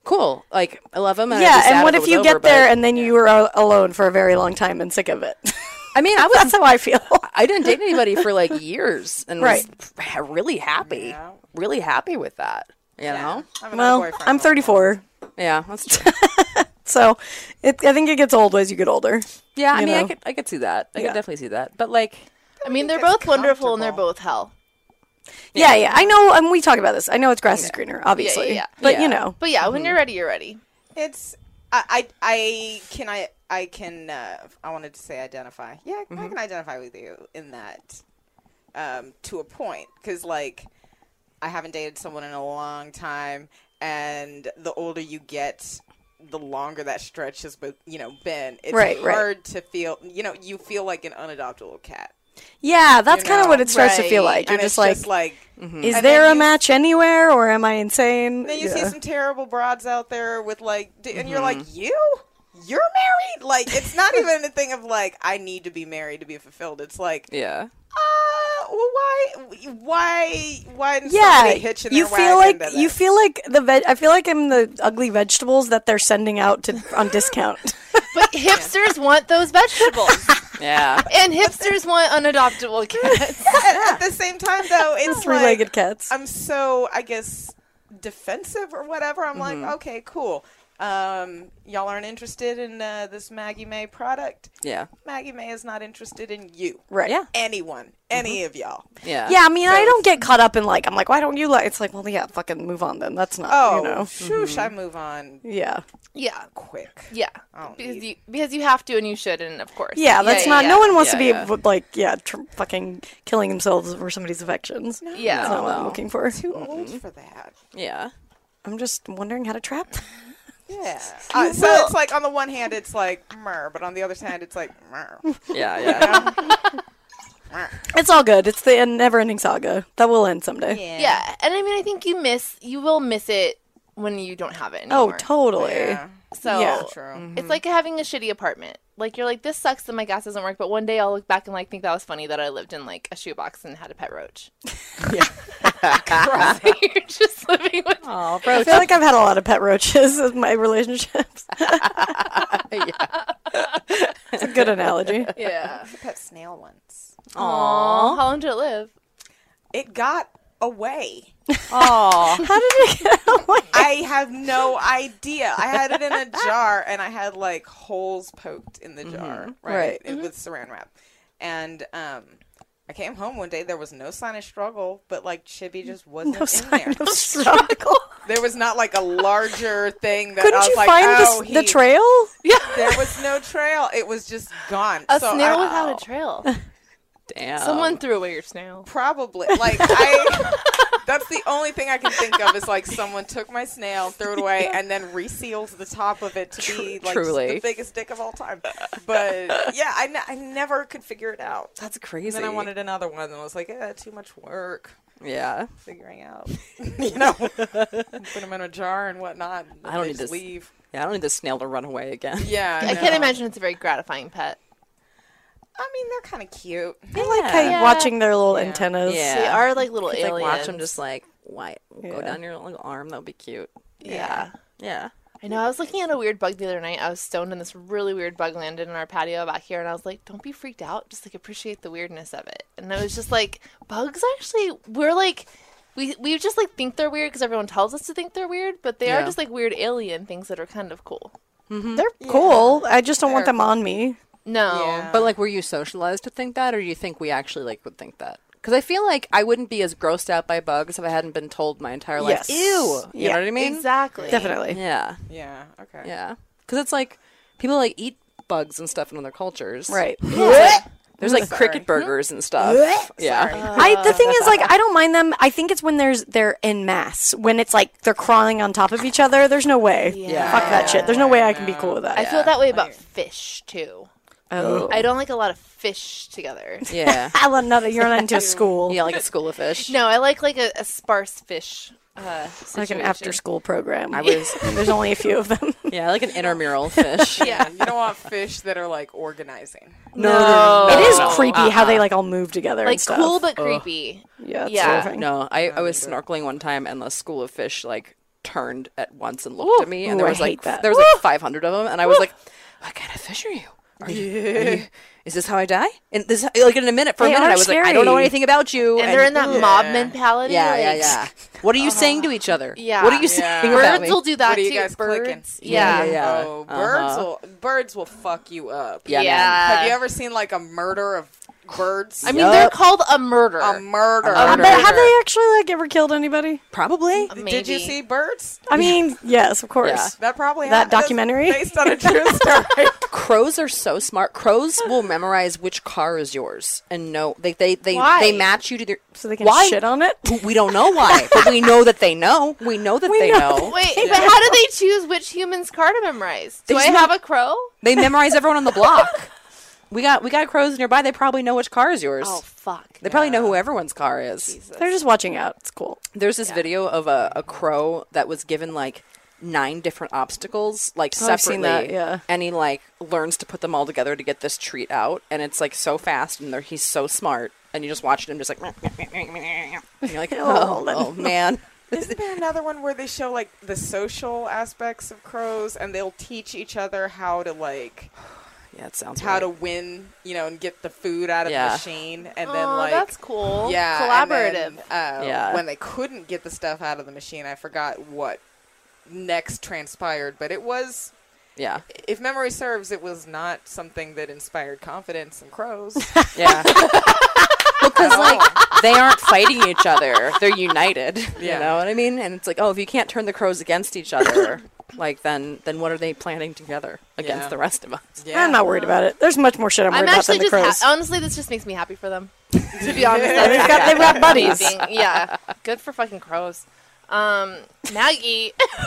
B: cool. Like I love him. And I'd be
G: yeah
B: sad
G: and what
B: it
G: if
B: was
G: you
B: over,
G: get there
B: but-
G: and then you were al- alone for a very long time and sick of it
B: I mean, I
G: [laughs]
B: was
G: that's how i feel
B: I didn't date anybody for like years and
G: Right.
B: was really happy, really happy with that. You know?
E: I'm
G: well i'm 34
B: Yeah, that's true.
G: so it, i think it gets old as you get older
B: yeah. I
G: You
B: mean, I
G: know.
B: could I could see that. I
G: Yeah.
B: could definitely see that. But like,
C: I mean, they're both wonderful and they're both hell.
G: yeah yeah i know and we talk about this i know it's grass is greener obviously
C: yeah.
G: but
B: Yeah.
G: you know
C: But yeah, when you're
G: Mm-hmm.
C: ready, you're ready.
E: It's I I, I can I I can uh, I wanted to say identify. Yeah,
G: Mm-hmm.
E: I can identify with you in that um, to a point because like I haven't dated someone in a long time, and the older you get. The longer that stretch has been, you know, been it's
G: Right, right.
E: hard to feel. You know, you feel like an unadoptable cat.
G: yeah that's kind of
E: know,
G: what it starts to feel
C: right.
G: like you're
E: and
G: just
E: it's
G: like,
E: just like
G: mm-hmm.
E: hmm.
G: Is
E: And
G: there
E: then
G: a
E: you-
G: match anywhere, or am I insane?
E: And then you
G: Yeah. Mm-hmm.
E: see some terrible broads out there with like, d- and you're like, you, you're married. Like, it's
G: [laughs]
E: not even a thing of like, I need to be married to be fulfilled. It's like,
B: yeah.
E: uh, well, why, why, why? Didn't
G: yeah,
E: somebody hitching
G: you
E: their
G: feel
E: wagon
G: like
E: to
G: you
E: this?
G: feel like the veg. I feel like I'm the ugly vegetables that they're sending out to on discount.
E: [laughs]
G: [laughs]
C: But hipsters want those vegetables,
B: Yeah.
C: and hipsters want
G: [laughs]
C: unadoptable cats.
E: [laughs] At, at the same time, though, it's like,
G: Three-legged cats.
E: I'm so, I guess, defensive or whatever. I'm
G: Mm-hmm.
E: like, okay, cool. Um, y'all aren't interested in uh, this Maggie May product.
B: Yeah.
E: Maggie May is not interested in you.
G: right. Yeah.
E: Anyone,
G: Mm-hmm.
E: any of y'all.
B: Yeah.
G: Yeah. I mean, I don't get caught up in like I'm like, why don't you like? It's like, well, yeah, fucking move on then. That's not.
E: Oh,
G: You know.
E: shoosh, I move on
G: Yeah.
C: Yeah,
E: quick.
C: yeah.
E: don't
C: Because
E: need-
C: you because you have to and you should and of course.
G: Yeah. That's not.
C: yeah,
G: No one wants to
B: Yeah,
G: be
B: yeah.
G: v- like, yeah, tr- fucking killing themselves over somebody's affections.
C: Yeah.
G: That's not what I'm looking for.
E: Too old for that.
B: Yeah.
G: I'm just wondering how to trap.
E: Yeah. Uh, so it's like on the one hand it's like mer, but on the other hand it's like [laughs] mer.
B: Yeah. Yeah.
G: It's all good. It's the never-ending saga that will end someday.
C: Yeah. and I mean, I think you miss you will miss it when you don't have it.
G: Oh,
C: Anymore.
G: totally.
E: Yeah.
C: So
G: yeah.
E: True.
C: it's like having a shitty apartment. Like you're like this sucks that my gas doesn't work, but one day I'll look back and like think that was funny that I lived in like a shoebox and had a pet [laughs] roach. Yeah, you're just living with.
B: Oh,
G: I feel like I've had a lot of pet roaches in my relationships.
B: yeah.
G: It's a good analogy. [laughs]
C: Yeah.
B: [laughs]
E: Pet snail once.
C: Aww. How long did it live?
E: It got away. [laughs]
B: Aw.
G: How did it get out? Like,
E: I have no idea. I had it in a jar and I had like holes poked in the jar, Mm-hmm. right? Mm-hmm.
G: Right.
E: It- With saran wrap. And um I came home one day. There was no sign of struggle, but like Chibi just wasn't in there.
G: struggle.
E: There was not like a larger thing that I
G: Couldn't
E: was
G: you
E: like,
G: find
E: oh,
G: the, s- the
E: he-
G: trail?
E: [laughs] There was no trail. It was just gone.
C: A
E: So uh,
C: snail
E: I-
C: without a trail. [laughs]
G: Damn.
C: Someone threw away your snail.
E: Probably. Like I [laughs] that's the only thing I can think of is like someone took my snail, threw it away, and then resealed the top of it to be like just
B: truly.
E: the biggest dick of all time. But yeah, I ne- I never could figure it out.
B: That's
E: And
B: crazy.
E: then I wanted another one and I was like, eh, too much work
B: Yeah.
E: figuring out. you know. Put them in a jar and whatnot. and
B: I don't
E: they
B: need
E: just
B: this.
E: leave.
B: Yeah, I don't need the snail to run away again.
E: Yeah.
C: I can't imagine it's a very gratifying pet.
E: I mean they're kinda cute.
G: I like how you're watching their little antennas.
B: Yeah.
C: They are like little
B: It's like
C: aliens.
B: watch them just like why go
G: Yeah.
B: down your little arm. That'll be cute.
C: yeah.
B: Yeah.
C: I know. I was looking at a weird bug the other night. I was stoned, and this really weird bug landed in our patio back here, and I was like, "Don't be freaked out. Just like appreciate the weirdness of it." And I was just like, "Bugs actually, we're like, we we just like think they're weird because everyone tells us to think they're weird, but they
B: Yeah.
C: are just like weird alien things that are kind of cool."
G: They're cool. I just don't want them on me.
C: No,
E: Yeah.
B: But like, were you socialized to think that, or do you think we actually like would think that? Because I feel like I wouldn't be as grossed out by bugs if I hadn't been told my entire life.
G: Yes.
B: Ew. You
G: Yeah.
B: know what I mean?
C: exactly.
G: Definitely.
B: Yeah.
E: Yeah, okay.
C: [laughs]
B: Yeah. Because it's like people like eat bugs and stuff in other cultures.
G: Right.
B: There's like cricket burgers and stuff. yeah.
G: [laughs] I the thing is like I don't mind them. I think it's when there's they're in mass when it's like they're crawling on top of each other. There's no way.
B: Yeah.
G: Fuck that shit. There's no way I can be cool with that.
C: I feel that way about fish too.
G: oh.
C: I don't like a lot of fish together.
B: Yeah.
G: [laughs] I love now that you're not into school.
B: [laughs] yeah, like a school of fish.
C: No, I like like a, a sparse fish. Uh,
G: Like an
C: situation.
G: after school program.
B: I was.
G: [laughs] There's only a few of them.
B: [laughs] Yeah, like an intramural [laughs] fish.
E: Yeah, you don't want fish that are like organizing.
B: [laughs] No. no, Uh-uh.
G: it is creepy how they like all move together
C: like
G: and stuff.
C: cool but creepy.
G: Yeah. it's
C: yeah.
G: terrifying.
B: No, I, I was snorkeling one time and the school of fish like turned at once and looked at me and
G: Ooh,
B: there
G: I
B: was like
G: hate that.
B: there was like 500 of them and I was like, what kind of fish are you? Are you, are you- is this how I die? And this like in a minute for
G: They
B: a minute
G: are
B: I was like, I don't know
G: scary.
B: anything about you.
C: and they're in that mob mentality.
B: Yeah,
C: like,
B: yeah, yeah. What are you saying
G: Uh-huh.
B: to each other?
C: Yeah.
B: What are you
E: Yeah.
B: saying about
C: Birds
B: me?
C: will do that
E: What are you
C: too.
E: guys
C: birds,
E: clicking? Mm.
C: yeah.
B: yeah, yeah.
E: Oh,
B: Uh-huh.
E: birds will birds will fuck you up.
B: Yeah, man.
C: Yeah.
E: Have you ever seen like a murder of birds?
C: I mean, they're called a murder. Um,
E: a murder.
B: A
G: Uh, But have they actually like ever killed anybody? [laughs]
B: Probably.
E: Did you
C: Maybe.
E: see birds?
G: I mean, yes, of
C: Uh,
G: course.
E: That probably
G: That
E: happened. That's
G: documentary?
E: based on
C: [laughs]
E: a true story.
B: Crows are so smart. Crows will memorize which car is yours and know they they they,
C: Why?
B: they match you to their
G: So they can
B: Why?
G: shit on it.
B: We don't know why, but we know that they know. We know
G: [laughs]
B: that they know.
G: know.
C: Wait, but how do they choose which human's car to memorize? Do I
B: just
C: have a crow?
B: They memorize everyone on the block. We got we got crows nearby. They probably know which car is yours.
C: Oh fuck!
B: they probably know who everyone's car is.
G: They're just watching out. It's cool.
B: There's this video of a, a crow that was given like nine different obstacles, like
G: Oh,
B: separately.
G: I've seen that, yeah.
B: And he like learns to put them all together to get this treat out, and it's like so fast, and they're, he's so smart. And you just watch him just like, [laughs] and you're
G: [laughs]
B: like, oh, oh man.
E: Isn't there another one where they show like the social aspects of crows and they'll teach each other how to like
B: Yeah, it sounds
E: how
B: right.
E: to win, you know, and get the food out of
B: Yeah.
E: the machine and then
C: Oh,
E: like
C: that's cool.
E: Yeah,
C: collaborative.
E: And then, uh,
B: Yeah.
E: When they couldn't get the stuff out of the machine, I forgot what next transpired, but it was,
B: Yeah,
E: if memory serves, it was not something that inspired confidence in crows.
B: [laughs] yeah. because like they aren't fighting each other; they're united.
E: Yeah.
B: You know what I mean? And it's like, oh, if you can't turn the crows against each [coughs] other, like then then what are they planning together against
E: Yeah.
B: the rest of us?
G: I'm not worried about it. There's much more shit I'm worried
C: I'm
G: about than
C: actually
G: the
C: just
G: crows.
C: ha- honestly, this just makes me happy for them. To be honest, that's
G: they've got they've got buddies.
C: amazing. yeah, good for fucking crows. Um, Maggie, [laughs]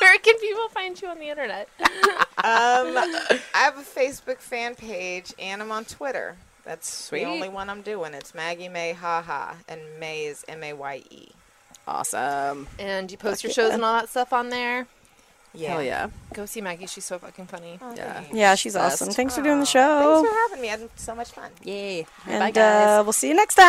C: where can people find you on the internet?
E: Um, I have a Facebook fan page and I'm on Twitter. That's
B: Sweet.
E: the only one I'm doing. It's Maggie May Ha Ha, and May is M A Y E.
B: Awesome.
C: And you post your shows and all that stuff on there.
E: Yeah.
B: Hell yeah.
C: Go see Maggie; she's so fucking funny.
E: Oh,
B: Yeah.
G: Yeah, she's
B: Best.
G: awesome. Thanks for doing the
E: Thanks
G: show.
E: for having me. I had so much fun.
B: Yay. Bye,
G: And
B: guys.
G: uh, we'll see you next time.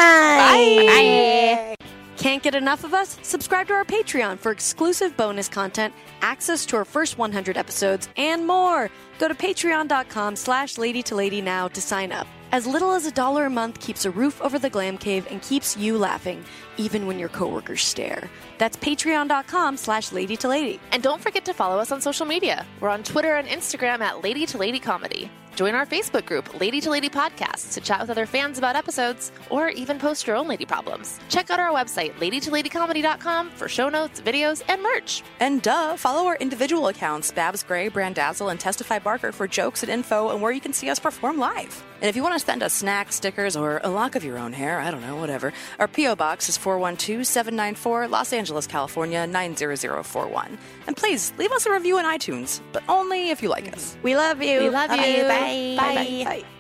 G: Bye. Can't get enough of us? Subscribe to our Patreon for exclusive bonus content, access to our first 100 episodes, and more. Go to patreon.com slash lady to lady now to sign up. As little as a dollar a month keeps a roof over the glam cave and keeps you laughing, even when your coworkers stare. That's patreon.com slash lady to lady.
C: And don't forget to follow us on social media. We're on Twitter and Instagram at Lady to Lady Comedy. Join our Facebook group, Lady to Lady Podcasts, to chat with other fans about episodes or even post your own lady problems. Check out our website, ladytoladycomedy.com, for show notes, videos, and merch.
B: And duh, follow our individual accounts, Babs Gray, Brandazzle, and Testify Barker for jokes and info and where you can see us perform live. And if you want to send us snacks, stickers, or a lock of your own hair, I don't know, whatever, our P.O. Box is 412-794 Los Angeles, California, 90041. And please, leave us a review on iTunes, but only if you like us.
G: We love you.
C: We love you.
G: Bye. Bye. Bye.